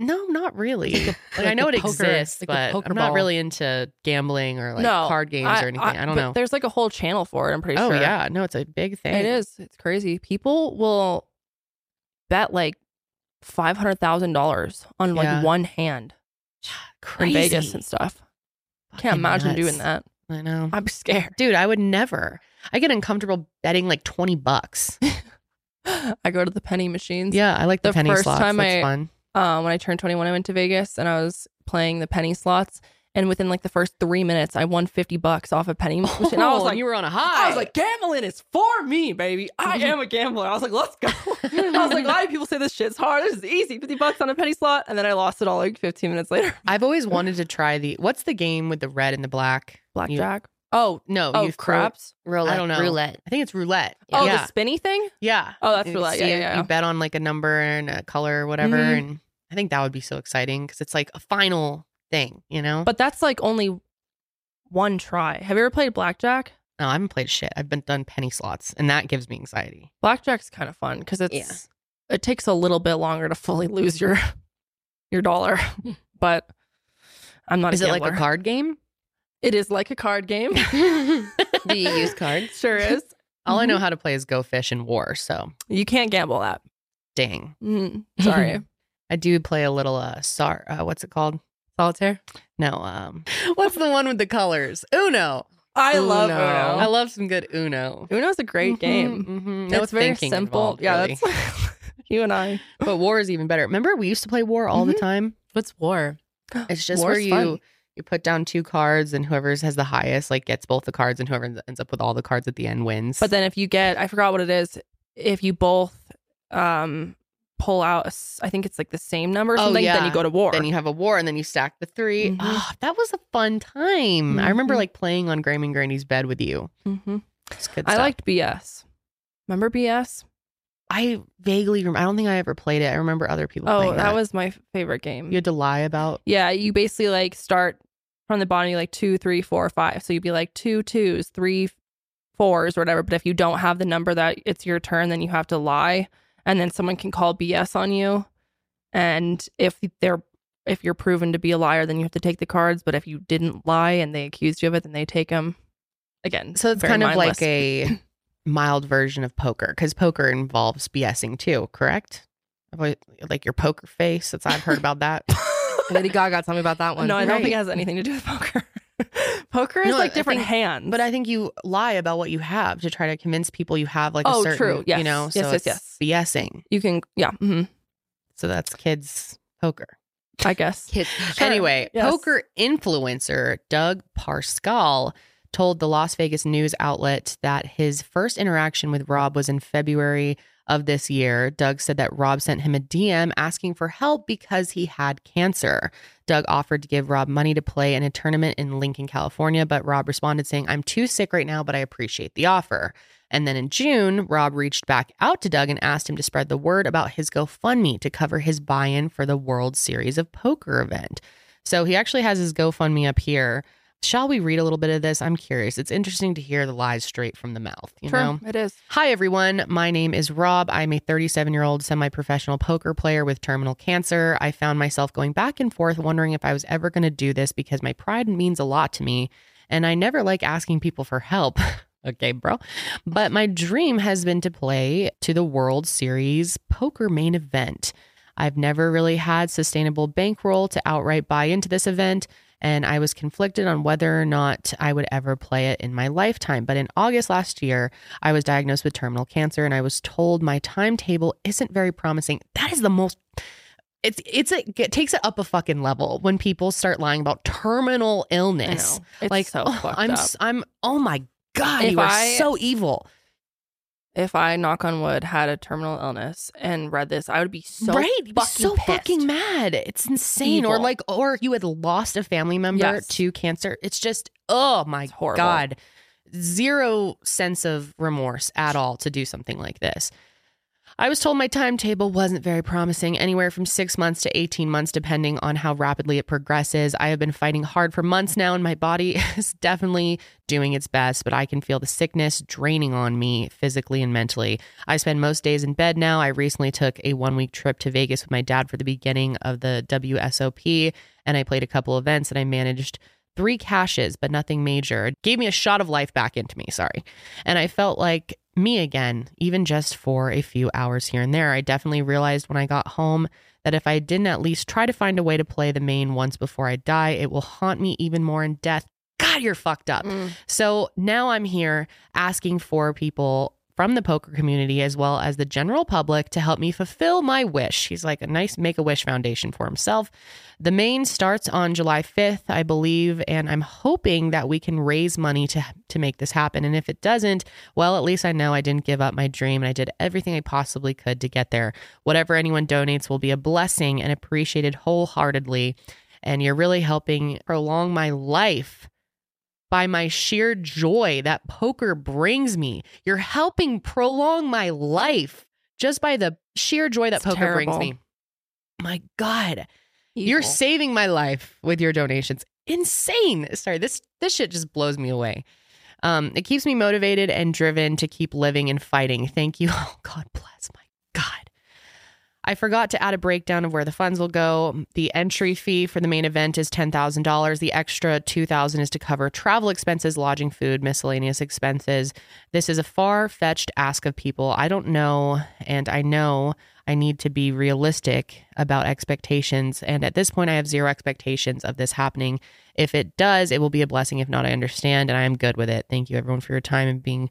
Speaker 1: No, not really. Like, I
Speaker 3: like
Speaker 1: know
Speaker 3: the
Speaker 1: it
Speaker 3: poker-
Speaker 1: exists,
Speaker 3: like the
Speaker 1: but
Speaker 3: poker
Speaker 1: I'm not
Speaker 3: ball.
Speaker 1: really into gambling or like
Speaker 2: no.
Speaker 1: card games or anything. I, don't
Speaker 2: but
Speaker 1: know.
Speaker 2: There's like a whole channel for it, I'm pretty
Speaker 1: Oh
Speaker 2: sure.
Speaker 1: yeah, no, it's a big thing.
Speaker 2: It is. It's crazy. People will bet like $500,000 on like
Speaker 1: Yeah.
Speaker 2: one hand
Speaker 1: crazy.
Speaker 2: in Vegas and stuff. Can't
Speaker 1: Fucking
Speaker 2: imagine
Speaker 1: nuts.
Speaker 2: doing that.
Speaker 1: I know.
Speaker 2: I'm scared.
Speaker 1: Dude, I would never. I get uncomfortable betting like 20 bucks.
Speaker 2: I go to the penny machines.
Speaker 1: Yeah, I like the,
Speaker 2: The
Speaker 1: penny
Speaker 2: first
Speaker 1: slots.
Speaker 2: time
Speaker 1: That's
Speaker 2: I-
Speaker 1: fun.
Speaker 2: um, when I turned 21, I went to Vegas and I was playing the penny slots. And within like the first three minutes, I won 50 bucks off a penny. machine. and I was like,
Speaker 1: Oh, you were on a high.
Speaker 2: I was like, gambling is for me, baby. I am a gambler. I was like, let's go. I was like, why do people say this shit's hard? This is easy. 50 bucks on a penny slot. And then I lost it all like 15 minutes later.
Speaker 1: I've always wanted to try the. What's the game with the red and the black?
Speaker 2: Blackjack.
Speaker 1: Oh no,
Speaker 2: oh,
Speaker 1: you throw-
Speaker 2: craps.
Speaker 4: Roulette.
Speaker 1: I don't know.
Speaker 4: Roulette.
Speaker 1: I think it's roulette.
Speaker 2: Oh,
Speaker 1: yeah,
Speaker 2: the spinny thing?
Speaker 1: yeah.
Speaker 2: Oh, that's
Speaker 1: You
Speaker 2: roulette.
Speaker 1: see
Speaker 2: Yeah,
Speaker 1: it,
Speaker 2: yeah,
Speaker 1: Mm-hmm.
Speaker 2: yeah.
Speaker 1: You bet on like a number and a color or whatever,
Speaker 2: Mhm.
Speaker 1: and I think that would be so exciting because it's like a final thing, you know.
Speaker 2: But that's like only one try. Have you ever played blackjack?
Speaker 1: no, I haven't played shit. I've been done penny slots, and that gives me anxiety.
Speaker 2: Blackjack's kind of fun because it's it takes a little bit longer to fully lose your your dollar, but I'm not.
Speaker 1: Is it like a
Speaker 2: gambler.
Speaker 1: card game?
Speaker 2: It is like a card game.
Speaker 4: Do you use cards?
Speaker 2: sure is.
Speaker 1: All I know
Speaker 2: Mm-hmm.
Speaker 1: how to play is Go Fish and War. So
Speaker 2: You can't gamble that.
Speaker 1: dang,
Speaker 2: Mm,
Speaker 1: Mm-hmm.
Speaker 2: sorry.
Speaker 1: I do play a little uh, sar. Uh, what's it called?
Speaker 3: Solitaire.
Speaker 1: No, um, what's the one with the colors? Uno.
Speaker 2: I love Uno.
Speaker 3: Uno.
Speaker 1: I love some good Uno.
Speaker 2: Uno's a great game.
Speaker 1: hmm
Speaker 2: it's very simple. yeah, that's you and I.
Speaker 1: but War is even better. Remember, we used to play War all the time.
Speaker 3: What's war?
Speaker 1: It's just
Speaker 3: War's
Speaker 1: where you
Speaker 3: fun.
Speaker 1: you put down two cards, and whoever has the highest like gets both the cards, and whoever ends- ends up with all the cards at the end wins.
Speaker 2: But then if you get, I forgot what it is. If you both um pull out, a s- I think it's like the same number or
Speaker 1: Oh,
Speaker 2: something. Then
Speaker 1: yeah.
Speaker 2: you go to war.
Speaker 1: then you have a war, and then you stack the 3
Speaker 2: Mhm.
Speaker 1: Ah, that was a fun time. I remember
Speaker 2: Mhm.
Speaker 1: like playing on Graham and Granny's bed with you.
Speaker 2: hmm
Speaker 1: It's good.
Speaker 2: I
Speaker 1: stuff.
Speaker 2: liked BS. Remember BS?
Speaker 1: I vaguely remember. I don't think I ever played it. I remember other people.
Speaker 2: Oh,
Speaker 1: playing
Speaker 2: that, was my f- favorite game.
Speaker 1: You had to lie about.
Speaker 2: yeah, you basically like start from the bottom. You like two, three, four, five. So you'd be like two twos, three fours, or whatever. But if you don't have the number that it's your turn, then you have to lie, and then someone can call BS on you. And if they're if you're proven to be a liar, then you have to take the cards. But if you didn't lie and they accused you of it, then they take them. Again,
Speaker 1: So it's
Speaker 2: very
Speaker 1: kind of
Speaker 2: mindless.
Speaker 1: like a mild version of poker because poker involves BSing too, correct? Avoid- Like your poker face. That's I've heard about that.
Speaker 3: Lady Gaga, tell me about that one.
Speaker 2: No, I don't think
Speaker 1: Right.
Speaker 2: it has anything to do with poker. poker is
Speaker 1: No,
Speaker 2: like
Speaker 1: I
Speaker 2: different
Speaker 1: think-
Speaker 2: hands.
Speaker 1: But I think you lie about what you have to try to convince people you have like
Speaker 2: Oh,
Speaker 1: a certain,
Speaker 2: true. Yes.
Speaker 1: you know,
Speaker 2: Yes,
Speaker 1: so it's
Speaker 2: yes,
Speaker 1: BSing.
Speaker 2: you can, yeah, mhm,
Speaker 1: So that's kids poker.
Speaker 2: I guess.
Speaker 4: Kids.
Speaker 1: Anyway,
Speaker 2: Yes.
Speaker 1: poker influencer Doug Parscale told the Las Vegas news outlet that his first interaction with Rob was in February of this year. Doug said that Rob sent him a DM asking for help because he had cancer. Doug offered to give Rob money to play in a tournament in Lincoln, California, but Rob responded saying, I'm too sick right now, but I appreciate the offer. And then in June, Rob reached back out to Doug and asked him to spread the word about his GoFundMe to cover his buy in for the World Series of Poker event. So he actually has his GoFundMe up here. Shall we read a little bit of this? I'm curious. It's interesting to hear the lies straight from the mouth, you
Speaker 2: Sure,
Speaker 1: know?
Speaker 2: it is.
Speaker 1: Hi, everyone. My name is Rob. I'm a 37 year old semi professional poker player with terminal cancer. I found myself going back and forth wondering if I was ever going to do this because my pride means a lot to me and I never like asking people for help. okay, bro. But my dream has been to play to the World Series poker main event. I've never really had sustainable bankroll to outright buy into this event and I was conflicted on whether or not I would ever play it in my lifetime. But in August last year, I was diagnosed with terminal cancer and I was told my timetable isn't very promising. That is the most it's it's a, it takes it up a fucking level when people start lying about terminal
Speaker 2: I
Speaker 1: illness.
Speaker 2: know. It's
Speaker 1: like
Speaker 2: so
Speaker 1: oh,
Speaker 2: fucked
Speaker 1: I'm
Speaker 2: up.
Speaker 1: s- I'm oh my god,
Speaker 2: If
Speaker 1: you are
Speaker 2: I-
Speaker 1: so evil.
Speaker 2: if I knock on wood had a terminal illness and read this, I would be so
Speaker 1: right? You'd be
Speaker 2: fucking
Speaker 1: so
Speaker 2: pissed.
Speaker 1: fucking mad. It's insane. Or
Speaker 2: Evil.
Speaker 1: like or you had lost a family member
Speaker 2: Yes.
Speaker 1: to cancer. It's just oh my
Speaker 2: It's horrible.
Speaker 1: god. Zero sense of remorse at all to do something like this. I was told my timetable wasn't very promising, anywhere from six months to 18 months, depending on how rapidly it progresses. I have been fighting hard for months now, and my body is definitely doing its best, but I can feel the sickness draining on me physically and mentally. I spend most days in bed now. I recently took a one week trip to Vegas with my dad for the beginning of the WSOP, and I played a couple events and I managed three caches, but nothing major. It gave me a shot of life back into me, sorry. And I felt like me again, even just for a few hours here and there. I definitely realized when I got home that if I didn't at least try to find a way to play the main once before I die, it will haunt me even more in death. God, you're fucked up.
Speaker 2: Mm.
Speaker 1: So now I'm here asking for people from the poker community as well as the general public to help me fulfill my wish. He's like a nice make a wish foundation for himself. The main starts on July 5th, I believe, and I'm hoping that we can raise money to to make this happen. And if it doesn't, well, at least I know I didn't give up my dream and I did everything I possibly could to get there. Whatever anyone donates will be a blessing and appreciated wholeheartedly. And you're really helping prolong my life by my sheer joy that poker brings me. You're helping prolong my life just by the sheer joy that
Speaker 2: It's
Speaker 1: poker brings
Speaker 2: terrible.
Speaker 1: me. My God,
Speaker 2: Evil.
Speaker 1: you're saving my life with your donations. Insane. Sorry, this this shit just blows me away. Um, it keeps me motivated and driven to keep living and fighting. Thank you. Oh, God bless my God. I forgot to add a breakdown of where the funds will go. The entry fee for the main event is $10,000. The extra 2000 is to cover travel expenses, lodging, food, miscellaneous expenses. This is a far-fetched ask of people. I don't know, and I know I need to be realistic about expectations, and at this point I have zero expectations of this happening. If it does, it will be a blessing. If not, I understand and I am good with it. Thank you everyone for your time and being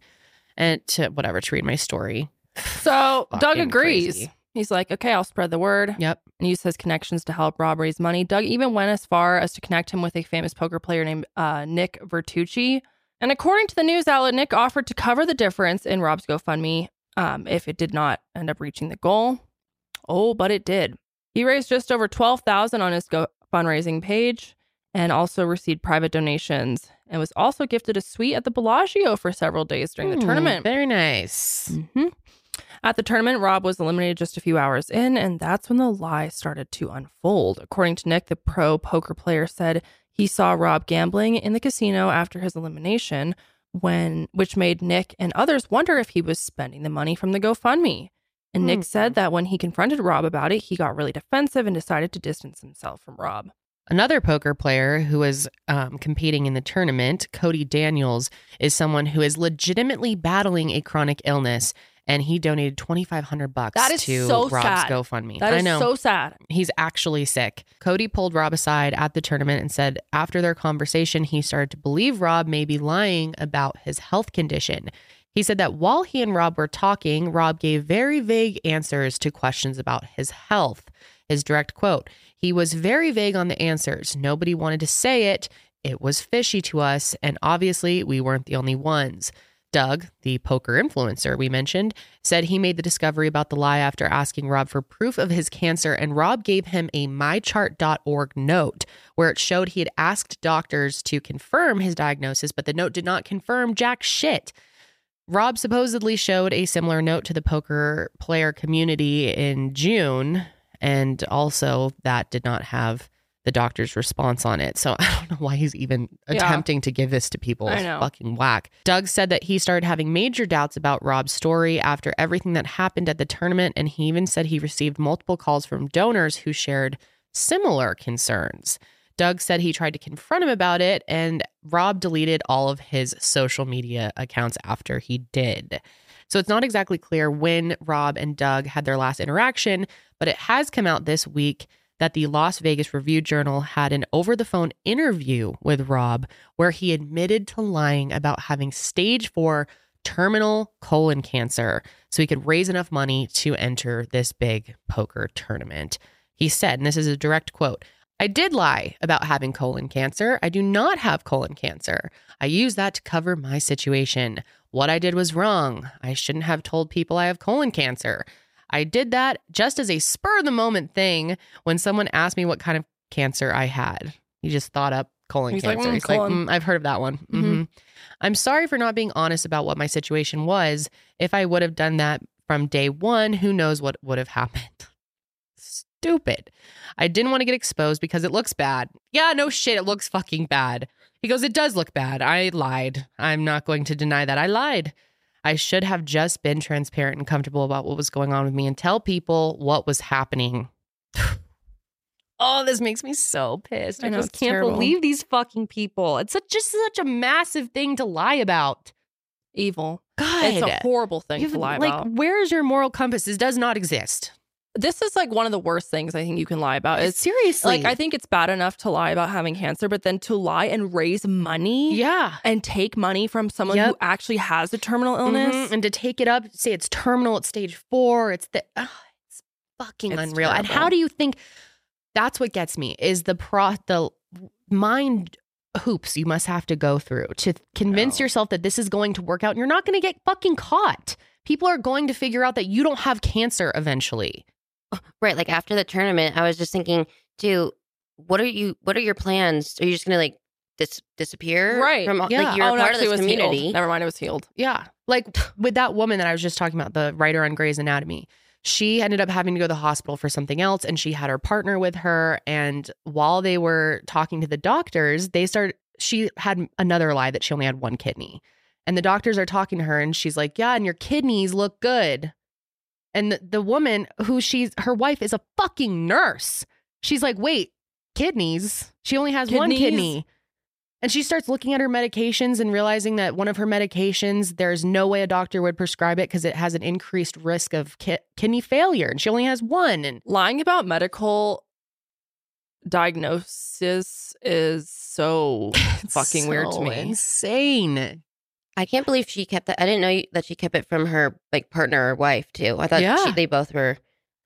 Speaker 1: and to whatever to read my story.
Speaker 2: So Doug
Speaker 1: Fucking
Speaker 2: agrees.
Speaker 1: crazy.
Speaker 2: He's like, okay, I'll spread the word
Speaker 1: Yep.
Speaker 2: and use his connections to help Rob raise money. Doug even went as far as to connect him with a famous poker player named uh, Nick Vertucci. And according to the news outlet, Nick offered to cover the difference in Rob's GoFundMe um, if it did not end up reaching the goal. Oh, but it did. He raised just over twelve thousand on his go- fundraising page, and also received private donations, and was also gifted a suite at the Bellagio for several days during the
Speaker 1: Hmm,
Speaker 2: tournament.
Speaker 1: Very nice.
Speaker 2: Mhm. At the tournament, Rob was eliminated just a few hours in, and that's when the lie started to unfold. According to Nick, the pro poker player said he saw Rob gambling in the casino after his elimination, when which made Nick and others wonder if he was spending the money from the GoFundMe. And Nick
Speaker 1: Hmm.
Speaker 2: said that when he confronted Rob about it, he got really defensive and decided to distance himself from Rob.
Speaker 1: Another poker player who is um, competing in the tournament, Cody Daniels, is someone who is legitimately battling a chronic illness, and he donated twenty five hundred bucks
Speaker 2: That is
Speaker 1: to
Speaker 2: so
Speaker 1: Rob's
Speaker 2: sad.
Speaker 1: GoFundMe.
Speaker 2: That is
Speaker 1: I know
Speaker 2: so sad.
Speaker 1: he's actually sick. Cody pulled Rob aside at the tournament and said after their conversation, he started to believe Rob may be lying about his health condition. He said that while he and Rob were talking, Rob gave very vague answers to questions about his health. His direct quote He was very vague on the answers. Nobody wanted to say it. It was fishy to us. And obviously, we weren't the only ones. Doug, the poker influencer we mentioned, said he made the discovery about the lie after asking Rob for proof of his cancer, and Rob gave him a mychart.org note where it showed he had asked doctors to confirm his diagnosis, but the note did not confirm jack shit. Rob supposedly showed a similar note to the poker player community in June, and also that did not have the doctor's response on it. So I don't know why he's even
Speaker 2: Yeah.
Speaker 1: attempting to give this to people.
Speaker 2: I
Speaker 1: It's
Speaker 2: know.
Speaker 1: fucking whack. Doug said that he started having major doubts about Rob's story after everything that happened at the tournament, and he even said he received multiple calls from donors who shared similar concerns. Doug said he tried to confront him about it, and Rob deleted all of his social media accounts after he did. So it's not exactly clear when Rob and Doug had their last interaction, but it has come out this week that the Las Vegas Review Journal had an over the phone interview with Rob where he admitted to lying about having stage four terminal colon cancer so he could raise enough money to enter this big poker tournament. He said, and this is a direct quote. I did lie about having colon cancer. I do not have colon cancer. I use that to cover my situation. What I did was wrong. I shouldn't have told people I have colon cancer. I did that just as a spur of the moment thing when someone asked me what kind of cancer I had. He just thought up colon
Speaker 2: He's like,
Speaker 1: cancer.
Speaker 2: "Mm,
Speaker 1: He's like,
Speaker 2: colon."
Speaker 1: "Mm, I've heard of that one.
Speaker 2: Mhm.
Speaker 1: Mhm. I'm sorry for not being honest about what my situation was. If I would have done that from day one, who knows what would have happened? Stupid. I didn't want to get exposed because it looks bad. Yeah, no shit, it looks fucking bad. He goes, It does look bad. I lied. I'm not going to deny that. I lied. I should have just been transparent and comfortable about what was going on with me and tell people what was happening. oh, this makes me so pissed.
Speaker 2: I
Speaker 1: I,
Speaker 2: know,
Speaker 1: just
Speaker 2: it's
Speaker 1: can't
Speaker 2: terrible.
Speaker 1: believe these fucking people. It's such, just such a massive thing to lie about.
Speaker 2: Evil.
Speaker 1: God.
Speaker 2: It's a horrible thing
Speaker 1: You've-
Speaker 2: to lie
Speaker 1: like,
Speaker 2: about.
Speaker 1: where is your moral compass? This does not exist.
Speaker 2: This is like one of the worst things I think you can lie about. Is
Speaker 1: Seriously.
Speaker 2: Like I think it's bad enough to lie about having cancer, but then to lie and raise money
Speaker 1: yeah.
Speaker 2: and take money from someone
Speaker 1: Yep.
Speaker 2: who actually has a terminal
Speaker 4: Mm-hmm,
Speaker 2: illness.
Speaker 1: Mhm, And to take it up, say it's terminal, it's stage four, it's the ugh, it's fucking
Speaker 2: It's
Speaker 1: unreal. And
Speaker 2: terrible.
Speaker 1: how do you think that's what gets me is the pro the mind hoops you must have to go through to convince
Speaker 2: No.
Speaker 1: yourself that this is going to work out and you're not going to get fucking caught. People are going to figure out that you don't have cancer eventually.
Speaker 4: Right. Like after the tournament, I was just thinking, dude, what are you? What are your plans? Are you just gonna like dis- disappear?
Speaker 2: Right,
Speaker 4: From all-
Speaker 1: yeah.
Speaker 4: like you're
Speaker 2: oh,
Speaker 4: a
Speaker 2: and
Speaker 4: part of
Speaker 2: actually it
Speaker 4: this
Speaker 2: was
Speaker 4: community.
Speaker 2: healed. Never mind, it was healed.
Speaker 1: Yeah. Like with that woman that I was just talking about, the writer on Grey's Anatomy, she ended up having to go to the hospital for something else and she had her partner with her. And while they were talking to the doctors, they started, she had another lie that she only had one kidney. And the doctors are talking to her and she's like, Yeah, and your kidneys look good. And the, the woman who she's her wife is a fucking nurse. She's like, wait, kidneys. She only has one
Speaker 2: Kidneys?
Speaker 1: kidney. And she starts looking at her medications and realizing that one of her medications, there's no way a doctor would prescribe it because it has an increased risk of ki- kidney failure. And she only has one. And
Speaker 2: lying about medical diagnosis is so
Speaker 1: it's
Speaker 2: fucking weird to
Speaker 1: so
Speaker 2: me.
Speaker 1: Insane.
Speaker 4: I can't believe she kept that. I didn't know you- that she kept it from her like partner or wife too. I thought
Speaker 1: Yeah.
Speaker 4: she, they both were.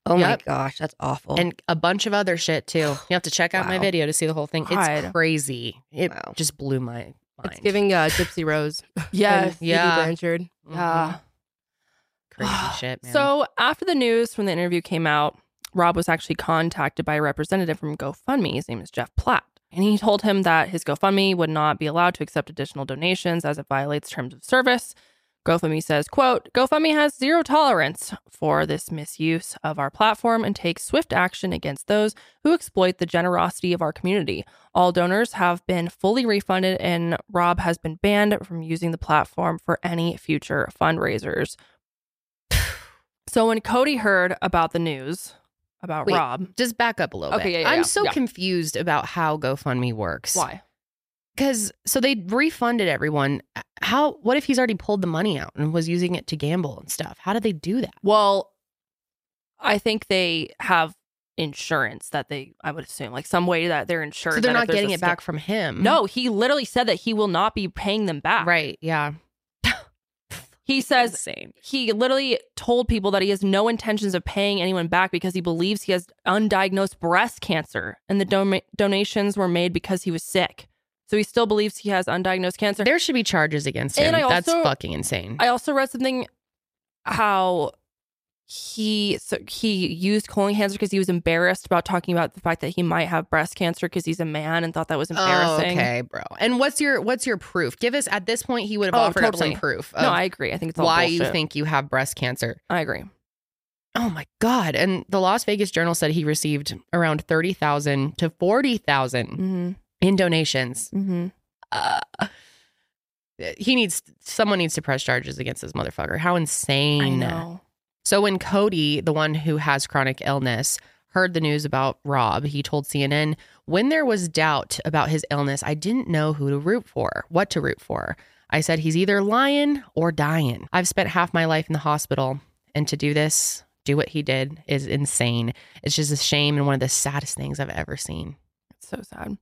Speaker 4: Oh
Speaker 1: Yep.
Speaker 4: my gosh, that's awful.
Speaker 1: And a bunch of other shit too. You have to check out my
Speaker 4: Wow.
Speaker 1: video to see the whole thing. It's
Speaker 2: God.
Speaker 1: crazy. It
Speaker 4: Wow.
Speaker 1: just blew my mind.
Speaker 3: It's giving uh, Gypsy Rose. and
Speaker 2: yes.
Speaker 3: Phoebe
Speaker 1: Yeah.
Speaker 3: Blanchard.
Speaker 1: Mhm.
Speaker 2: Yeah.
Speaker 1: Crazy shit, man.
Speaker 2: uh, So after the news from the interview came out, Rob was actually contacted by a representative from GoFundMe. His name is Jeff Platt. And he told him that his GoFundMe would not be allowed to accept additional donations as it violates terms of service. GoFundMe says, quote, GoFundMe has zero tolerance for this misuse of our platform and takes swift action against those who exploit the generosity of our community. All donors have been fully refunded and Rob has been banned from using the platform for any future fundraisers. So when Cody heard about the news about
Speaker 1: Wait,
Speaker 2: Rob,
Speaker 1: just back up a little
Speaker 2: Okay,
Speaker 1: bit.
Speaker 2: yeah, yeah,
Speaker 1: I'm
Speaker 2: yeah,
Speaker 1: so
Speaker 2: yeah.
Speaker 1: confused about how GoFundMe works.
Speaker 2: why?
Speaker 1: Because so they refunded everyone. How? What if he's already pulled the money out and was using it to gamble and stuff? How do they do that?
Speaker 2: Well, I think they have insurance that they, I would assume, like some way that they're insured.
Speaker 1: so they're
Speaker 2: that
Speaker 1: not
Speaker 2: if there's
Speaker 1: getting
Speaker 2: a
Speaker 1: it back
Speaker 2: scam-
Speaker 1: from him.
Speaker 2: No, he literally said that he will not be paying them back.
Speaker 1: Right? Yeah.
Speaker 2: He says
Speaker 1: Insane.
Speaker 2: he literally told people that he has no intentions of paying anyone back because he believes he has undiagnosed breast cancer and the dom- donations were made because he was sick. So he still believes he has undiagnosed cancer.
Speaker 1: There should be charges against him.
Speaker 2: And I
Speaker 1: That's
Speaker 2: also-
Speaker 1: fucking insane.
Speaker 2: I also read something how he so he used colon cancer because he was embarrassed about talking about the fact that he might have breast cancer because he's a man and thought that was embarrassing.
Speaker 1: Oh, okay, bro. And what's your what's your proof? Give us at this point he would have
Speaker 2: Oh,
Speaker 1: offered up
Speaker 2: totally.
Speaker 1: some proof of
Speaker 2: No, I agree. I think it's all
Speaker 1: Oh, why you
Speaker 2: bullshit.
Speaker 1: think you have breast cancer.
Speaker 2: I agree.
Speaker 1: Oh my god. And the Las Vegas Journal said he received around 30,000 to 40,000
Speaker 2: Mm-hmm.
Speaker 1: in donations.
Speaker 2: Mm-hmm.
Speaker 1: Uh, he needs someone needs to press charges against this motherfucker. How insane.
Speaker 2: I know.
Speaker 1: So when Cody, the one who has chronic illness, heard the news about Rob, he told CNN, "When there was doubt about his illness, I didn't know who to root for, what to root for. I said he's either lying or dying. I've spent half my life in the hospital, and to do this, do what he did is insane. It's just a shame and one of the saddest things I've ever seen."
Speaker 2: It's so sad.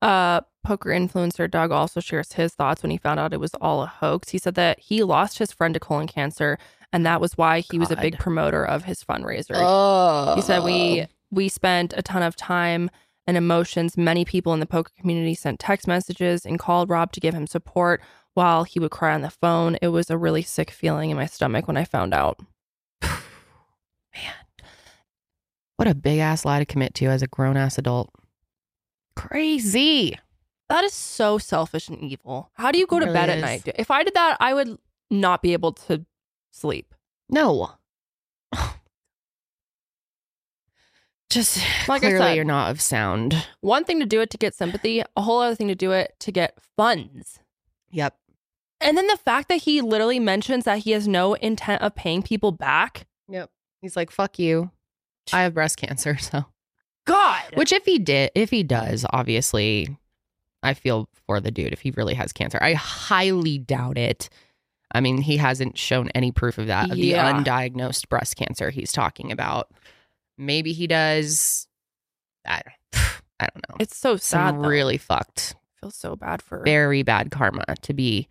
Speaker 2: Uh, poker influencer Doug also shares his thoughts when he found out it was all a hoax. He said that he lost his friend to colon cancer, and that was why he was a big
Speaker 1: God.
Speaker 2: promoter of his fundraiser.
Speaker 3: Oh.
Speaker 2: He said
Speaker 1: Um,
Speaker 2: we we spent a ton of time and emotions. Many people in the poker community sent text messages and called Rob to give him support while he would cry on the phone. It was a really sick feeling in my stomach when I found out.
Speaker 1: Man, what a big ass lie to commit to as a grown ass adult. Crazy.
Speaker 2: That is so selfish and evil. How do you go
Speaker 1: It
Speaker 2: to
Speaker 1: really
Speaker 2: bed
Speaker 1: is.
Speaker 2: at night? If I did that, I would not be able to sleep.
Speaker 1: No. Just
Speaker 2: Like I
Speaker 1: clearly
Speaker 2: said-
Speaker 1: you're not of sound.
Speaker 2: One thing to do it to get sympathy, a whole other thing to do it to get funds.
Speaker 1: Yep.
Speaker 2: And then the fact that he literally mentions that he has no intent of paying people back.
Speaker 1: Yep. He's like, fuck you. I have breast cancer, so
Speaker 2: God.
Speaker 1: which if he did if he does, obviously I feel for the dude if he really has cancer. I highly doubt it. I mean, he hasn't shown any proof of that, of
Speaker 2: Yeah.
Speaker 1: the undiagnosed breast cancer he's talking about. Maybe he does. I, I don't know.
Speaker 2: It's so sad.
Speaker 1: Some
Speaker 2: though.
Speaker 1: really fucked
Speaker 2: I feel so bad for
Speaker 1: very bad karma to be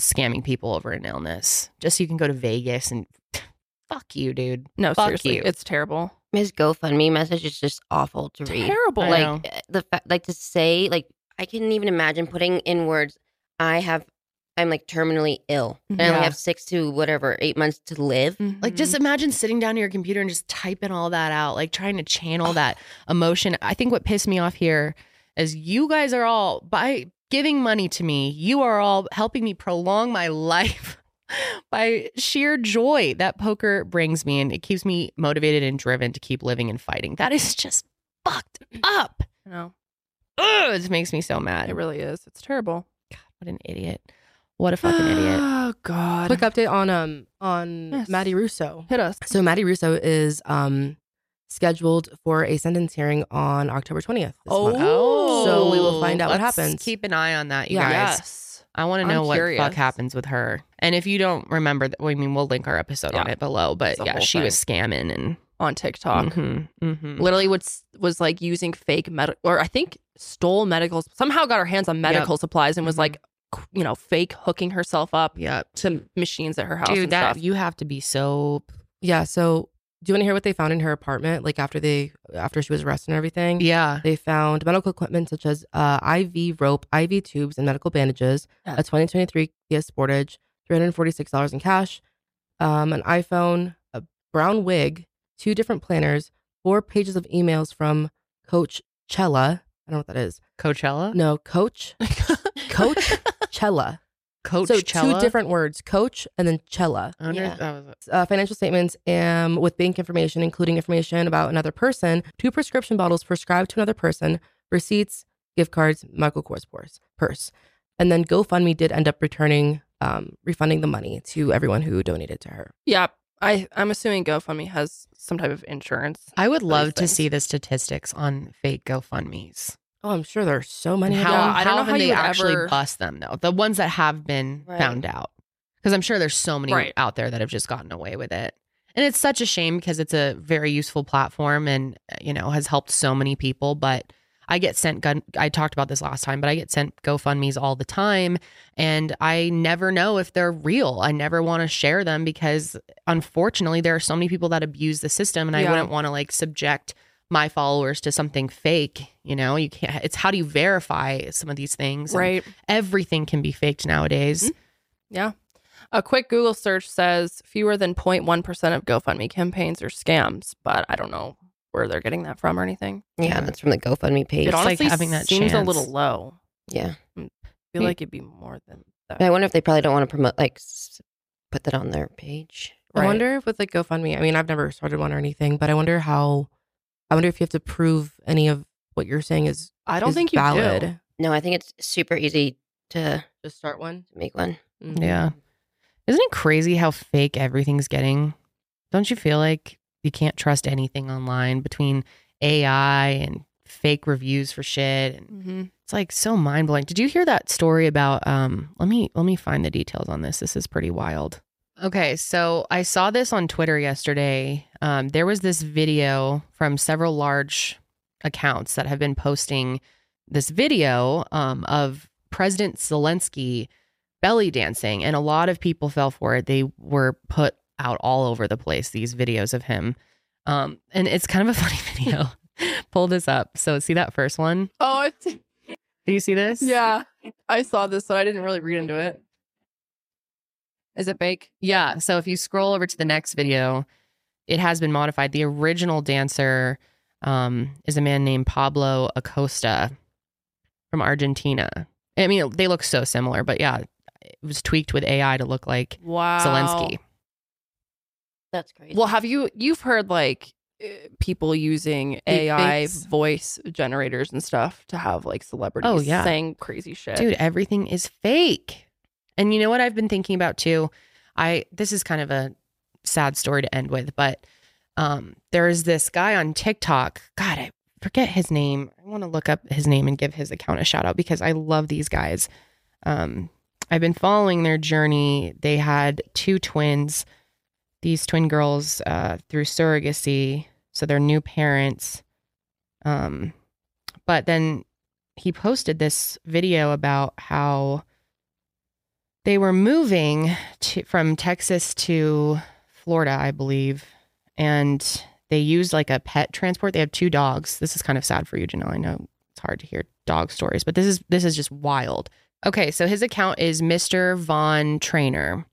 Speaker 1: scamming people over an illness just so you can go to Vegas and fuck you, dude.
Speaker 2: no
Speaker 1: fuck
Speaker 2: seriously
Speaker 1: you.
Speaker 2: it's terrible
Speaker 4: his GoFundMe message is just awful to read.
Speaker 2: terrible
Speaker 1: I know.
Speaker 4: Like uh, the fa- like to say like I couldn't even imagine putting in words. I have I'm like terminally ill. And I
Speaker 2: Yeah.
Speaker 4: only have six to whatever eight months to live.
Speaker 1: Like
Speaker 2: mm-hmm.
Speaker 1: just imagine sitting down to your computer and just typing all that out, like trying to channel that emotion. I think what pissed me off here is you guys are all by giving money to me, you are all helping me prolong my life by sheer joy that poker brings me and it keeps me motivated and driven to keep living and fighting. That is just fucked up.
Speaker 2: no
Speaker 1: Ugh, it makes me so mad.
Speaker 2: it really is it's terrible
Speaker 1: What an idiot. What a fucking idiot.
Speaker 2: Oh God.
Speaker 3: Quick update on um on
Speaker 2: Yes.
Speaker 3: Maddie Russo.
Speaker 2: Hit us.
Speaker 3: So Maddie Russo is um scheduled for a sentence hearing on October 20th. this month.
Speaker 2: Oh.
Speaker 3: So we will find out what
Speaker 1: Let's
Speaker 3: happens.
Speaker 1: Keep an eye on that, you
Speaker 3: Yeah.
Speaker 1: guys.
Speaker 2: Yes.
Speaker 1: I want to
Speaker 2: I'm
Speaker 1: know what the fuck
Speaker 2: curious.
Speaker 1: happens with her. And if you don't remember, that, well, I mean, we'll link our episode on
Speaker 2: Yeah.
Speaker 1: it below. But
Speaker 2: It's a
Speaker 1: yeah,
Speaker 2: whole
Speaker 1: she was scamming and
Speaker 2: On TikTok.
Speaker 1: Mhm, mhm.
Speaker 2: Literally was was like using fake medical or I think stole medical somehow got her hands on medical supplies and was
Speaker 1: Mhm.
Speaker 2: like qu- you know, fake hooking herself up
Speaker 1: Yep.
Speaker 2: to machines at her house.
Speaker 1: Dude,
Speaker 2: and
Speaker 1: that
Speaker 2: stuff.
Speaker 1: you have to be so
Speaker 3: Yeah. So do you want to hear what they found in her apartment? Like after they after she was arrested and everything.
Speaker 1: yeah.
Speaker 3: They found medical equipment such as uh, IV rope, IV tubes, and medical bandages, a 2023 Kia Sportage, $346 in cash, um, an iPhone, a brown wig, two different planners, four pages of emails from Coach Chella. I don't know what that is.
Speaker 1: Coachella,
Speaker 3: No, Coach Coach Chella.
Speaker 1: Coach
Speaker 3: so
Speaker 1: Chella?
Speaker 3: two different words, Coach and then Chella
Speaker 1: I wonder
Speaker 4: Yeah.
Speaker 1: if that was
Speaker 3: uh, financial statements um, with bank information, including information about another person, two prescription bottles prescribed to another person, receipts, gift cards, Michael Kors purse, purse. And then GoFundMe did end up returning, um, refunding the money to everyone who donated to her.
Speaker 2: Yeah. I, I'm assuming GoFundMe has some type of insurance.
Speaker 1: I would love to
Speaker 2: things.
Speaker 1: see the statistics on fake GoFundMe's.
Speaker 3: Oh, I'm sure there are so many.
Speaker 1: And how
Speaker 2: Yeah,
Speaker 1: I don't
Speaker 2: I don't know
Speaker 1: how
Speaker 2: how
Speaker 1: they
Speaker 2: you would
Speaker 1: actually
Speaker 2: ever-
Speaker 1: bust them though. The ones that have been
Speaker 4: Right.
Speaker 1: found out. Because I'm sure there's so many
Speaker 2: Right.
Speaker 1: out there that have just gotten away with it. And it's such a shame because it's a very useful platform and uh, you know has helped so many people. But I get sent gun I talked about this last time, but I get sent GoFundMe's all the time and I never know if they're real. I never want to share them because unfortunately there are so many people that abuse the system and I
Speaker 2: Yeah.
Speaker 1: wouldn't want to like subject my followers to something fake. You know, you can't. It's how do you verify some of these things? And
Speaker 2: Right.
Speaker 1: everything can be faked nowadays.
Speaker 2: A quick Google search says fewer than 0.1% of GoFundMe campaigns are scams, but I don't know where they're getting that from or anything.
Speaker 4: Yeah, that's from the GoFundMe page.
Speaker 2: It
Speaker 1: like
Speaker 2: honestly
Speaker 1: having that
Speaker 2: seems
Speaker 1: chance.
Speaker 2: a little low.
Speaker 4: yeah.
Speaker 2: I feel
Speaker 4: Yeah.
Speaker 2: like it'd be more than that.
Speaker 4: I wonder if they probably don't want to promote, like, s- put that on their page.
Speaker 3: I
Speaker 2: Right.
Speaker 3: wonder if with like GoFundMe, I mean, I've never started one or anything, but I wonder how, I wonder if you have to prove any of what you're saying is,
Speaker 2: I don't
Speaker 3: is
Speaker 2: think you
Speaker 3: valid.
Speaker 2: do.
Speaker 4: No, I think it's super easy to
Speaker 3: Just start one.
Speaker 4: make one.
Speaker 3: Mm-hmm.
Speaker 1: Yeah, isn't it crazy how fake everything's getting? Don't you feel like you can't trust anything online between AI and fake reviews for shit? And
Speaker 2: Mhm.
Speaker 1: it's like so mind blowing. Did you hear that story about? Um, let me let me find the details on this. This is pretty wild. Okay, so I saw this on Twitter yesterday. Um, there was this video from several large accounts that have been posting this video um, of President Zelensky belly dancing, and a lot of people fell for it. They were put out all over the place, these videos of him. Um, and it's kind of a funny video. Pull this up. So, see that first one?
Speaker 2: Oh, it's,
Speaker 1: Do you see this?
Speaker 2: yeah. I saw this, but I didn't really read into it. Is it fake?
Speaker 1: Yeah. So if you scroll over to the next video, it has been modified. The original dancer um, is a man named Pablo Acosta from Argentina. I mean, they look so similar, but yeah, it was tweaked with AI to look like
Speaker 2: Wow.
Speaker 1: Zelensky.
Speaker 4: That's crazy.
Speaker 2: Well, have you you've heard like eh, people using AI
Speaker 4: Deepfakes.
Speaker 2: voice generators and stuff to have like celebrities
Speaker 1: Oh, yeah.
Speaker 2: saying crazy shit.
Speaker 1: Dude, everything is fake. And you know what I've been thinking about too? I this is kind of a sad story to end with, but um there is this guy on TikTok. God, I forget his name. I want to look up his name and give his account a shout out because I love these guys. Um I've been following their journey. They had two twins, these twin girls uh through surrogacy, so they're new parents. Um but then he posted this video about how they were moving to, from Texas to Florida, I believe, and they used like a pet transport. They have two dogs. This is kind of sad for you, Janelle. I know it's hard to hear dog stories, but this is this is just wild. Okay, so his account is Mr. Von Trainer.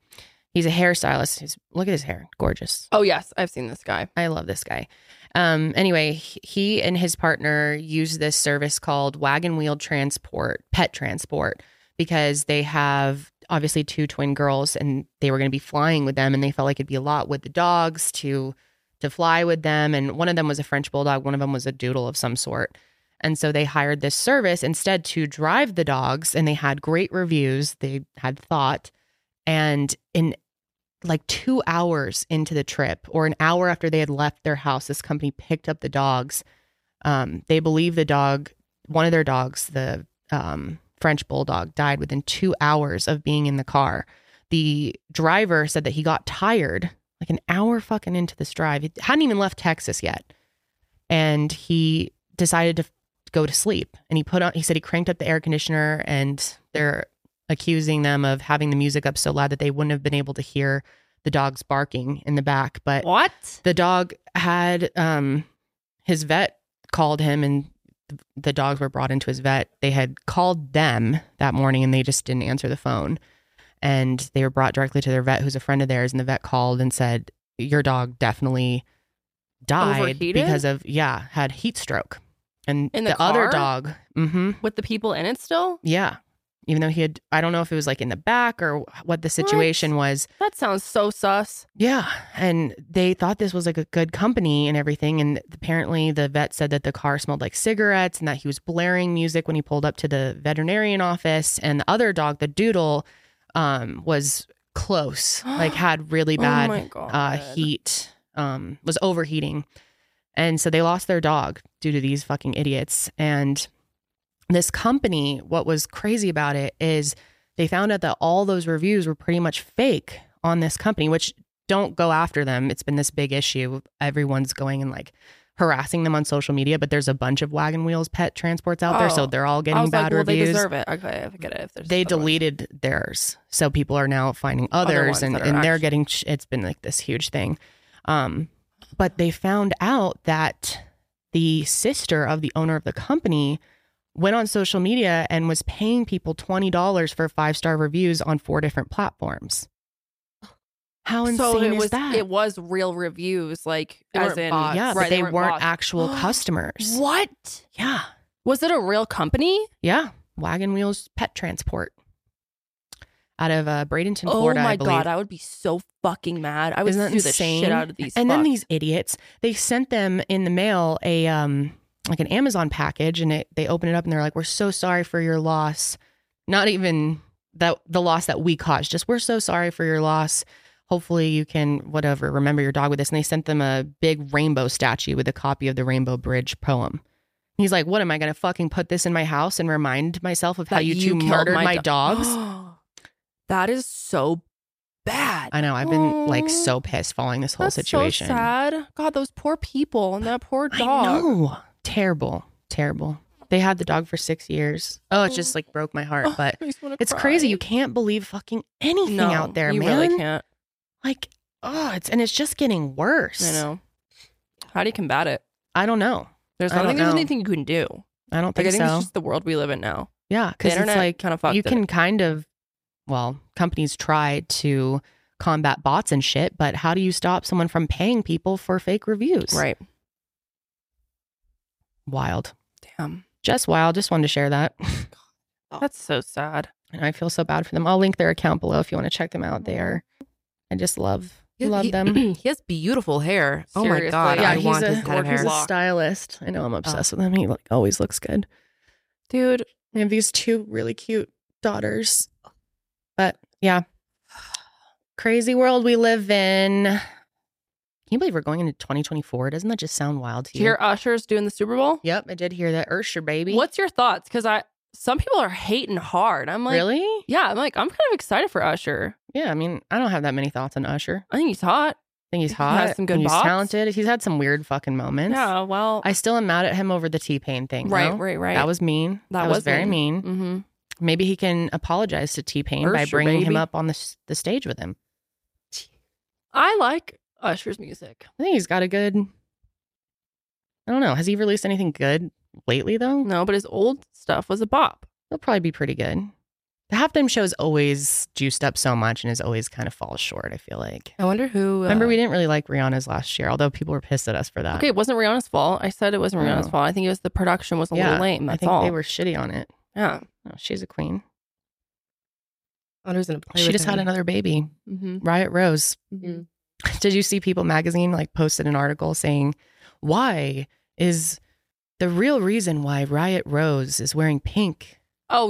Speaker 1: He's a hairstylist. He's, look at his hair, gorgeous.
Speaker 2: Oh yes, I've seen this guy.
Speaker 1: I love this guy. Um, anyway, he- he and his partner use this service called Wagon Wheel Transport, Pet Transport, because they have obviously two twin girls and they were going to be flying with them and they felt like it'd be a lot with the dogs to to fly with them and one of them was a French bulldog, one of them was a doodle of some sort. And so they hired this service instead to drive the dogs, and they had great reviews. They had thought. And in like two hours into the trip, or an hour after they had left their house, this company picked up the dogs. Um, they believe the dog, one of their dogs, the um, French bulldog, died within two hours of being in the car. The driver said that he got tired like an hour fucking into this drive. He hadn't even left Texas yet. And he decided to f- go to sleep. And he put on, he said he cranked up the air conditioner and they're accusing them of having the music up so loud that they wouldn't have been able to hear the dogs barking in the back. But
Speaker 2: What?
Speaker 1: the dog had, um, his vet called him and th- the dogs were brought into his vet. They had called them that morning and they just didn't answer the phone. And they were brought directly to their vet, who's a friend of theirs. And the vet called and said, Your dog definitely died
Speaker 2: Overheated?
Speaker 1: because of, yeah, had heat stroke. And
Speaker 2: In the
Speaker 1: other
Speaker 2: car?
Speaker 1: dog, hmm
Speaker 2: With the people in it still?
Speaker 1: yeah. Even though he had, I don't know if it was like in the back or what the situation was.
Speaker 2: That sounds so sus.
Speaker 1: Yeah. And they thought this was like a good company and everything. And apparently the vet said that the car smelled like cigarettes and that he was blaring music when he pulled up to the veterinarian office. And the other dog, the doodle, um, was close, like had really bad
Speaker 2: oh my god.
Speaker 1: uh, heat, um, was overheating. And so they lost their dog due to these fucking idiots. And this company, what was crazy about it is they found out that all those reviews were pretty much fake on this company, which don't go after them. It's been this big issue. Everyone's going and like harassing them on social media, but there's a bunch of wagon wheels pet transports out there.
Speaker 2: Oh.
Speaker 1: So they're all
Speaker 2: I
Speaker 1: getting
Speaker 2: was
Speaker 1: bad
Speaker 2: like, well,
Speaker 1: reviews
Speaker 2: they deserve it. Okay, I get it. If there's
Speaker 1: they
Speaker 2: other ones.
Speaker 1: deleted theirs so people are now finding
Speaker 2: Other
Speaker 1: others
Speaker 2: ones
Speaker 1: and,
Speaker 2: that are
Speaker 1: and they're
Speaker 2: actually-
Speaker 1: getting sh- it's been like this huge thing um but they found out that the sister of the owner of the company went on social media and was paying people $20 for five star reviews on four different platforms how insane
Speaker 2: So it
Speaker 1: is
Speaker 2: was
Speaker 1: that
Speaker 2: it was real reviews, like
Speaker 3: They
Speaker 2: as
Speaker 3: weren't
Speaker 2: in
Speaker 3: bots.
Speaker 1: yeah
Speaker 2: right,
Speaker 1: but they, weren't,
Speaker 2: bots.
Speaker 1: actual customers
Speaker 2: What
Speaker 1: yeah
Speaker 2: was it a real company?
Speaker 1: yeah wagon wheels pet transport out of uh, bradenton
Speaker 2: Oh
Speaker 1: florida
Speaker 2: my
Speaker 1: i believe
Speaker 2: god, I would be so fucking mad. I would
Speaker 1: Isn't that
Speaker 2: sue the
Speaker 1: insane?
Speaker 2: shit out of these.
Speaker 1: and then
Speaker 2: fucks.
Speaker 1: these idiots they sent them in the mail a um like an amazon package and it, they open it up and they're like we're so sorry for your loss not even that the loss that we caused just we're so sorry for your loss hopefully you can whatever remember your dog with this and they sent them a big rainbow statue with a copy of the rainbow bridge poem he's like what am i going to fucking put this in my house and remind myself of how
Speaker 2: That
Speaker 1: you, two
Speaker 2: killed
Speaker 1: murdered my,
Speaker 2: do-
Speaker 1: dogs
Speaker 2: that is so bad.
Speaker 1: i know i've been
Speaker 2: Aw.
Speaker 1: like so pissed following this whole
Speaker 2: That's
Speaker 1: situation
Speaker 2: So sad. God, those poor people and that poor dog.
Speaker 1: I know. Terrible. Terrible. They had the dog for six years. Oh, it just like broke my heart.
Speaker 2: Oh,
Speaker 1: But
Speaker 2: makes me wanna
Speaker 1: it's
Speaker 2: cry.
Speaker 1: crazy. You can't believe fucking anything
Speaker 2: No,
Speaker 1: out there,
Speaker 2: you
Speaker 1: man.
Speaker 2: really can't.
Speaker 1: Like, oh, it's and it's just getting worse.
Speaker 2: I know. How do you combat it?
Speaker 1: I don't know.
Speaker 2: There's
Speaker 1: I
Speaker 2: I don't
Speaker 1: don't
Speaker 2: think there's
Speaker 1: know.
Speaker 2: anything you can do. Like,
Speaker 1: I don't
Speaker 2: I
Speaker 1: think
Speaker 2: think
Speaker 1: so.
Speaker 2: it's just the world we live in now.
Speaker 1: yeah,
Speaker 2: The
Speaker 1: because it's
Speaker 2: internet
Speaker 1: like
Speaker 2: kind of fucked
Speaker 1: you
Speaker 2: it.
Speaker 1: can kind of, well, companies try to combat bots and shit, but how do you stop someone from paying people for fake reviews?
Speaker 2: right.
Speaker 1: Wild.
Speaker 2: Damn,
Speaker 1: Just wild. Just wanted to share that.
Speaker 2: that's so sad.
Speaker 1: and I feel so bad for them. I'll link their account below if you want to check them out. They are, I just love
Speaker 3: He-
Speaker 1: love
Speaker 3: he-
Speaker 1: them.
Speaker 3: he has beautiful hair. Oh my
Speaker 2: Seriously.
Speaker 3: god,
Speaker 2: Yeah,
Speaker 3: I
Speaker 2: he's
Speaker 3: want
Speaker 2: a
Speaker 3: this kind of
Speaker 2: gorgeous
Speaker 3: hair.
Speaker 2: lock.
Speaker 1: stylist. I know I'm obsessed with him. He like always looks good.
Speaker 2: Dude,
Speaker 1: I have these two really cute daughters, but yeah, crazy world we live in. Can you believe we're going into 2024? Doesn't that just sound wild to
Speaker 2: do
Speaker 1: you?
Speaker 2: you hear Usher's doing the Super Bowl?
Speaker 1: Yep, I did hear that. Ursher baby.
Speaker 2: What's your thoughts? Because I some people are hating hard. I'm like,
Speaker 1: really?
Speaker 2: yeah. I'm like, I'm kind of excited for Usher.
Speaker 1: Yeah, I mean, I don't have that many thoughts on Usher.
Speaker 2: I think he's hot.
Speaker 1: I think he's
Speaker 2: He
Speaker 1: hot.
Speaker 2: has some
Speaker 1: I
Speaker 2: good
Speaker 1: think he's
Speaker 2: bops.
Speaker 1: talented. He's had some weird fucking moments.
Speaker 2: Yeah. Well,
Speaker 1: I still am mad at him over the T Pain thing.
Speaker 2: right,
Speaker 1: though.
Speaker 2: right, right.
Speaker 1: That was mean. That, was, very mean.
Speaker 2: Mm-hmm.
Speaker 1: Maybe he can apologize to T Pain by
Speaker 2: Ursher,
Speaker 1: bringing him
Speaker 2: baby.
Speaker 1: up on the s- the stage with him.
Speaker 2: I like Usher's music.
Speaker 1: I think he's got a good. I don't know. Has he released anything good lately though?
Speaker 2: No, but his old stuff was a bop.
Speaker 1: He'll probably be pretty good. The halftime show is always juiced up so much and is always kind of falls short. I feel like.
Speaker 3: I wonder who. Uh,
Speaker 1: Remember, we didn't really like Rihanna's last year, although people were pissed at us for that.
Speaker 2: Okay, it wasn't Rihanna's fault. I said it wasn't Rihanna's
Speaker 1: Oh.
Speaker 2: fault. I think it was the production was a
Speaker 1: Yeah,
Speaker 2: little lame.
Speaker 1: I
Speaker 2: That's
Speaker 1: think
Speaker 2: all.
Speaker 1: they were shitty on it.
Speaker 2: yeah.
Speaker 1: Oh, she's a queen.
Speaker 3: I wonder who's gonna play
Speaker 1: She
Speaker 3: with
Speaker 1: just had
Speaker 3: him.
Speaker 1: another baby.
Speaker 2: Mm-hmm.
Speaker 1: Riot Rose.
Speaker 4: Mhm.
Speaker 1: Did you see People Magazine like posted an article saying, why is The real reason why Riot Rose is wearing pink.
Speaker 2: Oh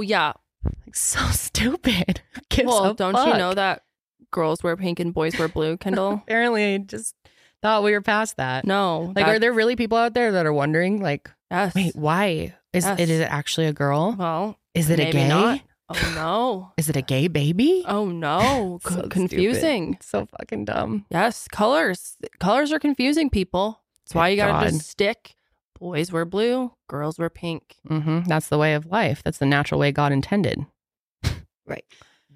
Speaker 2: yeah.
Speaker 1: Like so stupid. Who gives
Speaker 2: well,
Speaker 1: a
Speaker 2: don't you
Speaker 1: fuck?
Speaker 2: know that girls wear pink and boys wear blue, Kendall?
Speaker 1: Apparently, I just thought we were past that.
Speaker 2: no.
Speaker 1: like,
Speaker 2: that-
Speaker 1: are there really people out there that are wondering, like,
Speaker 2: Yes.
Speaker 1: wait, why is
Speaker 2: Yes.
Speaker 1: it? Is it actually a girl?
Speaker 2: Well,
Speaker 1: Is it a
Speaker 2: maybe
Speaker 1: gay?
Speaker 2: not. oh no.
Speaker 1: Is it a gay baby?
Speaker 2: Oh no.
Speaker 1: So
Speaker 2: Co-
Speaker 1: stupid.
Speaker 2: confusing.
Speaker 1: So fucking dumb.
Speaker 2: Yes, colors. Colors are confusing people. That's why
Speaker 1: Good
Speaker 2: you gotta
Speaker 1: God.
Speaker 2: just stick. Boys wear blue, girls wear pink.
Speaker 1: hmm That's the way of life. That's the natural way God intended.
Speaker 4: Right.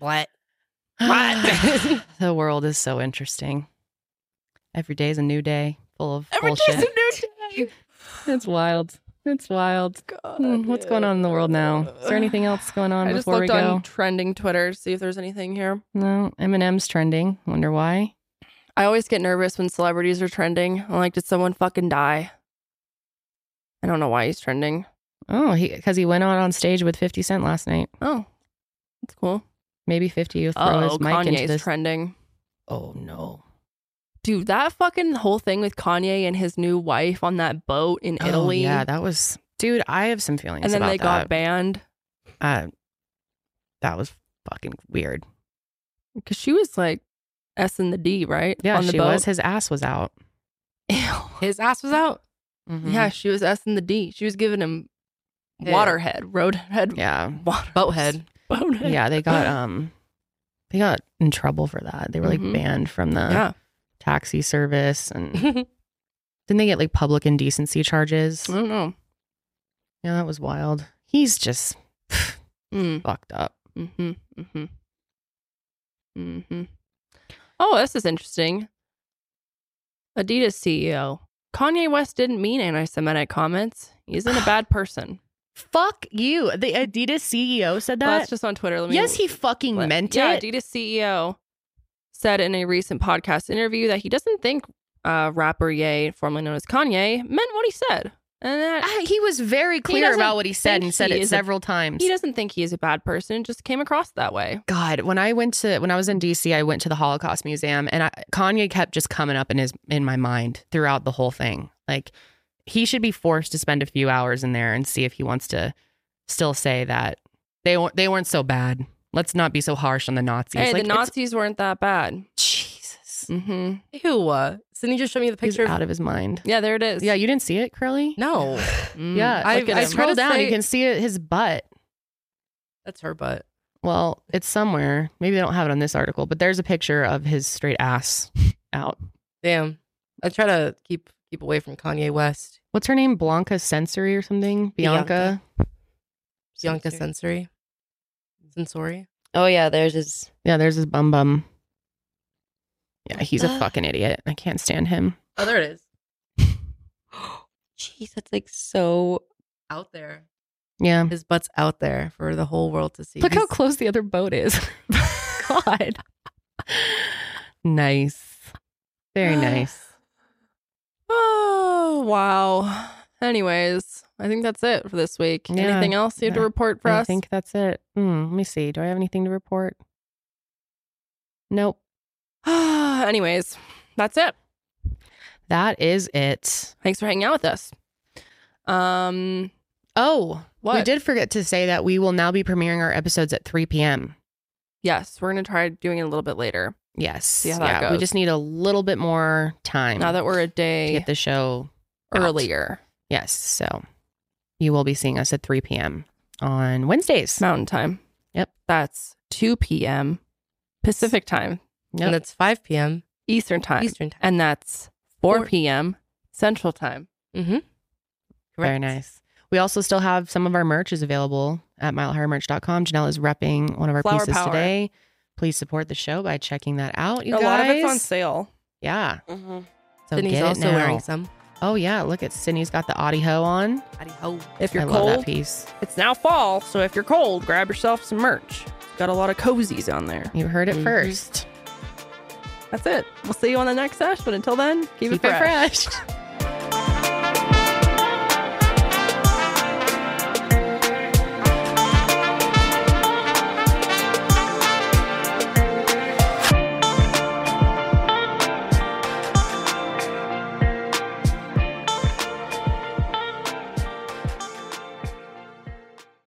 Speaker 4: What?
Speaker 1: the world is so interesting. Every day is a new day, full of
Speaker 2: Every
Speaker 1: bullshit.
Speaker 2: day's a new day. Oh,
Speaker 1: It's wild. It's wild. Hmm,
Speaker 2: Mm,
Speaker 1: what's going on in the world now? Is there anything else going on
Speaker 2: I just
Speaker 1: before
Speaker 2: looked
Speaker 1: we go?
Speaker 2: on trending Twitter to see if there's anything here.
Speaker 1: No, Eminem's trending. Wonder why?
Speaker 2: I always get nervous when celebrities are trending. I'm like, did someone fucking die? I don't know why he's trending.
Speaker 1: Oh, he because he went out on stage with Fifty Cent last night.
Speaker 2: Oh, that's cool.
Speaker 1: Maybe Fifty will throw
Speaker 2: Oh,
Speaker 1: his mic into
Speaker 2: Kanye's
Speaker 1: this.
Speaker 2: trending.
Speaker 1: oh no!
Speaker 2: Dude, that fucking whole thing with Kanye and his new wife on that boat in
Speaker 1: Oh,
Speaker 2: Italy.
Speaker 1: yeah, that was dude. I have some feelings.
Speaker 2: and then
Speaker 1: about
Speaker 2: they
Speaker 1: that.
Speaker 2: got banned
Speaker 1: uh, that was fucking weird.
Speaker 2: because she was like S and the D, right?
Speaker 1: Yeah,
Speaker 2: on the
Speaker 1: she
Speaker 2: boat.
Speaker 1: was. Mm-hmm. His ass was out.
Speaker 2: Ew.
Speaker 3: His ass was out.
Speaker 2: Yeah, she was S and the D. She was giving him
Speaker 3: Yeah.
Speaker 2: waterhead, roadhead,
Speaker 1: Yeah.
Speaker 2: water
Speaker 3: Boathead.
Speaker 2: boathead.
Speaker 1: Yeah. They got um, they got in trouble for that. They were like
Speaker 2: Mhm.
Speaker 1: banned from the
Speaker 2: yeah.
Speaker 1: taxi service, and didn't they get like public indecency charges?
Speaker 2: I don't know.
Speaker 1: Yeah, that was wild. He's just
Speaker 2: Mm.
Speaker 1: fucked up.
Speaker 2: Mm-hmm. Mm-hmm. Mm-hmm. Oh, this is interesting. Adidas CEO. Kanye West didn't mean anti Semitic comments. He isn't a bad person.
Speaker 1: Fuck you. The Adidas CEO said
Speaker 2: Well, that's just on Twitter. Let me
Speaker 1: yes, he fucking
Speaker 2: let-
Speaker 1: meant
Speaker 2: yeah,
Speaker 1: it.
Speaker 2: Adidas CEO said in a recent podcast interview that he doesn't think uh, rapper Ye, formerly known as Kanye, meant what he said. And that
Speaker 1: Ah, he was very clear
Speaker 2: doesn't
Speaker 1: about what he said
Speaker 2: think
Speaker 1: and said
Speaker 2: he
Speaker 1: it
Speaker 2: is a-
Speaker 1: several times.
Speaker 2: he doesn't think he is a bad person. It just came across that way.
Speaker 1: God, when I went to when I was in DC, I went to the Holocaust Museum, and I, Kanye kept just coming up in his in my mind throughout the whole thing. Like he should be forced to spend a few hours in there and see if he wants to still say that they weren't they weren't so bad. Let's not be so harsh on the Nazis.
Speaker 2: hey,
Speaker 1: like,
Speaker 2: the
Speaker 1: it's-
Speaker 2: Nazis weren't that bad.
Speaker 1: Jesus,
Speaker 2: hmm
Speaker 3: Ew. uh, Sydney just showed me the
Speaker 1: he's
Speaker 3: picture. of-
Speaker 1: out of his mind.
Speaker 2: Yeah, there it is.
Speaker 1: Yeah, you didn't see it, Curly.
Speaker 3: no,
Speaker 2: Mm,
Speaker 1: Yeah,
Speaker 3: I-
Speaker 1: look at
Speaker 3: I
Speaker 1: him.
Speaker 3: was
Speaker 1: scroll
Speaker 3: gonna
Speaker 1: down. you
Speaker 3: say-
Speaker 1: can see it, his butt.
Speaker 3: that's her butt.
Speaker 1: Well, it's somewhere. Maybe they don't have it on this article, but there's a picture of his straight ass out.
Speaker 3: Damn. I try to keep keep away from Kanye West.
Speaker 1: What's her name? Blanca Sensory or something? Bianca.
Speaker 3: Bianca Sensory. Sensory.
Speaker 4: Oh yeah, there's his.
Speaker 1: Yeah, there's his bum bum. Yeah, he's a
Speaker 4: Ah.
Speaker 1: fucking idiot. I can't stand him.
Speaker 3: Oh, there it is.
Speaker 4: Jeez, that's like so.
Speaker 3: Out there.
Speaker 1: Yeah.
Speaker 3: His butt's out there for the whole world to see.
Speaker 1: Look how
Speaker 3: He's-
Speaker 1: close the other boat is. God. nice. Very nice.
Speaker 2: Oh, wow. Anyways, I think that's it for this week.
Speaker 1: Yeah.
Speaker 2: Anything else you have to
Speaker 1: Yeah.
Speaker 2: report for
Speaker 1: I
Speaker 2: us?
Speaker 1: think that's it. Hmm, let me see. Do I have anything to report? Nope.
Speaker 2: Anyways, that's it.
Speaker 1: That is it.
Speaker 2: Thanks for hanging out with us. Um,
Speaker 1: Oh,
Speaker 2: what?
Speaker 1: We did forget to say that we will now be premiering our episodes at 3 p.m.
Speaker 2: Yes, we're gonna try doing it a little bit later.
Speaker 1: Yes.
Speaker 2: See how that
Speaker 1: We
Speaker 2: goes.
Speaker 1: just need a little bit more time
Speaker 2: Now that we're a
Speaker 1: to
Speaker 2: day
Speaker 1: get the show out.
Speaker 2: earlier,
Speaker 1: Yes. So you will be seeing us at 3 p.m. on Wednesdays.
Speaker 2: Mountain Time.
Speaker 1: Yep.
Speaker 2: that's two p.m. Pacific Time,
Speaker 1: Yep.
Speaker 3: And it's 5 p.m.
Speaker 2: Eastern Time,
Speaker 3: Eastern time.
Speaker 2: and that's four
Speaker 3: Four.
Speaker 2: p.m. Central Time.
Speaker 1: Very
Speaker 3: Correct.
Speaker 1: nice. We also still have some of our merch is available at milehighmerch.com. Janelle is repping one of our
Speaker 2: Flower
Speaker 1: pieces
Speaker 2: power.
Speaker 1: today. Please support the show by checking that out, you
Speaker 2: a
Speaker 1: guys.
Speaker 2: lot of it's on mm-hmm. sale.
Speaker 1: yeah. So
Speaker 3: Sydney's
Speaker 1: get it
Speaker 3: also
Speaker 1: now.
Speaker 3: wearing some.
Speaker 1: Oh yeah, look at Sydney's got the audio on.
Speaker 3: Howdy ho.
Speaker 2: If you're
Speaker 1: I
Speaker 2: cold,
Speaker 1: love that piece.
Speaker 2: It's now fall, so if you're cold, grab yourself some merch. Got a lot of cozies on there.
Speaker 1: You heard it
Speaker 3: Mhm.
Speaker 1: first.
Speaker 2: That's it. We'll see you on the next sesh, but until then, keep,
Speaker 1: Keep it fresh.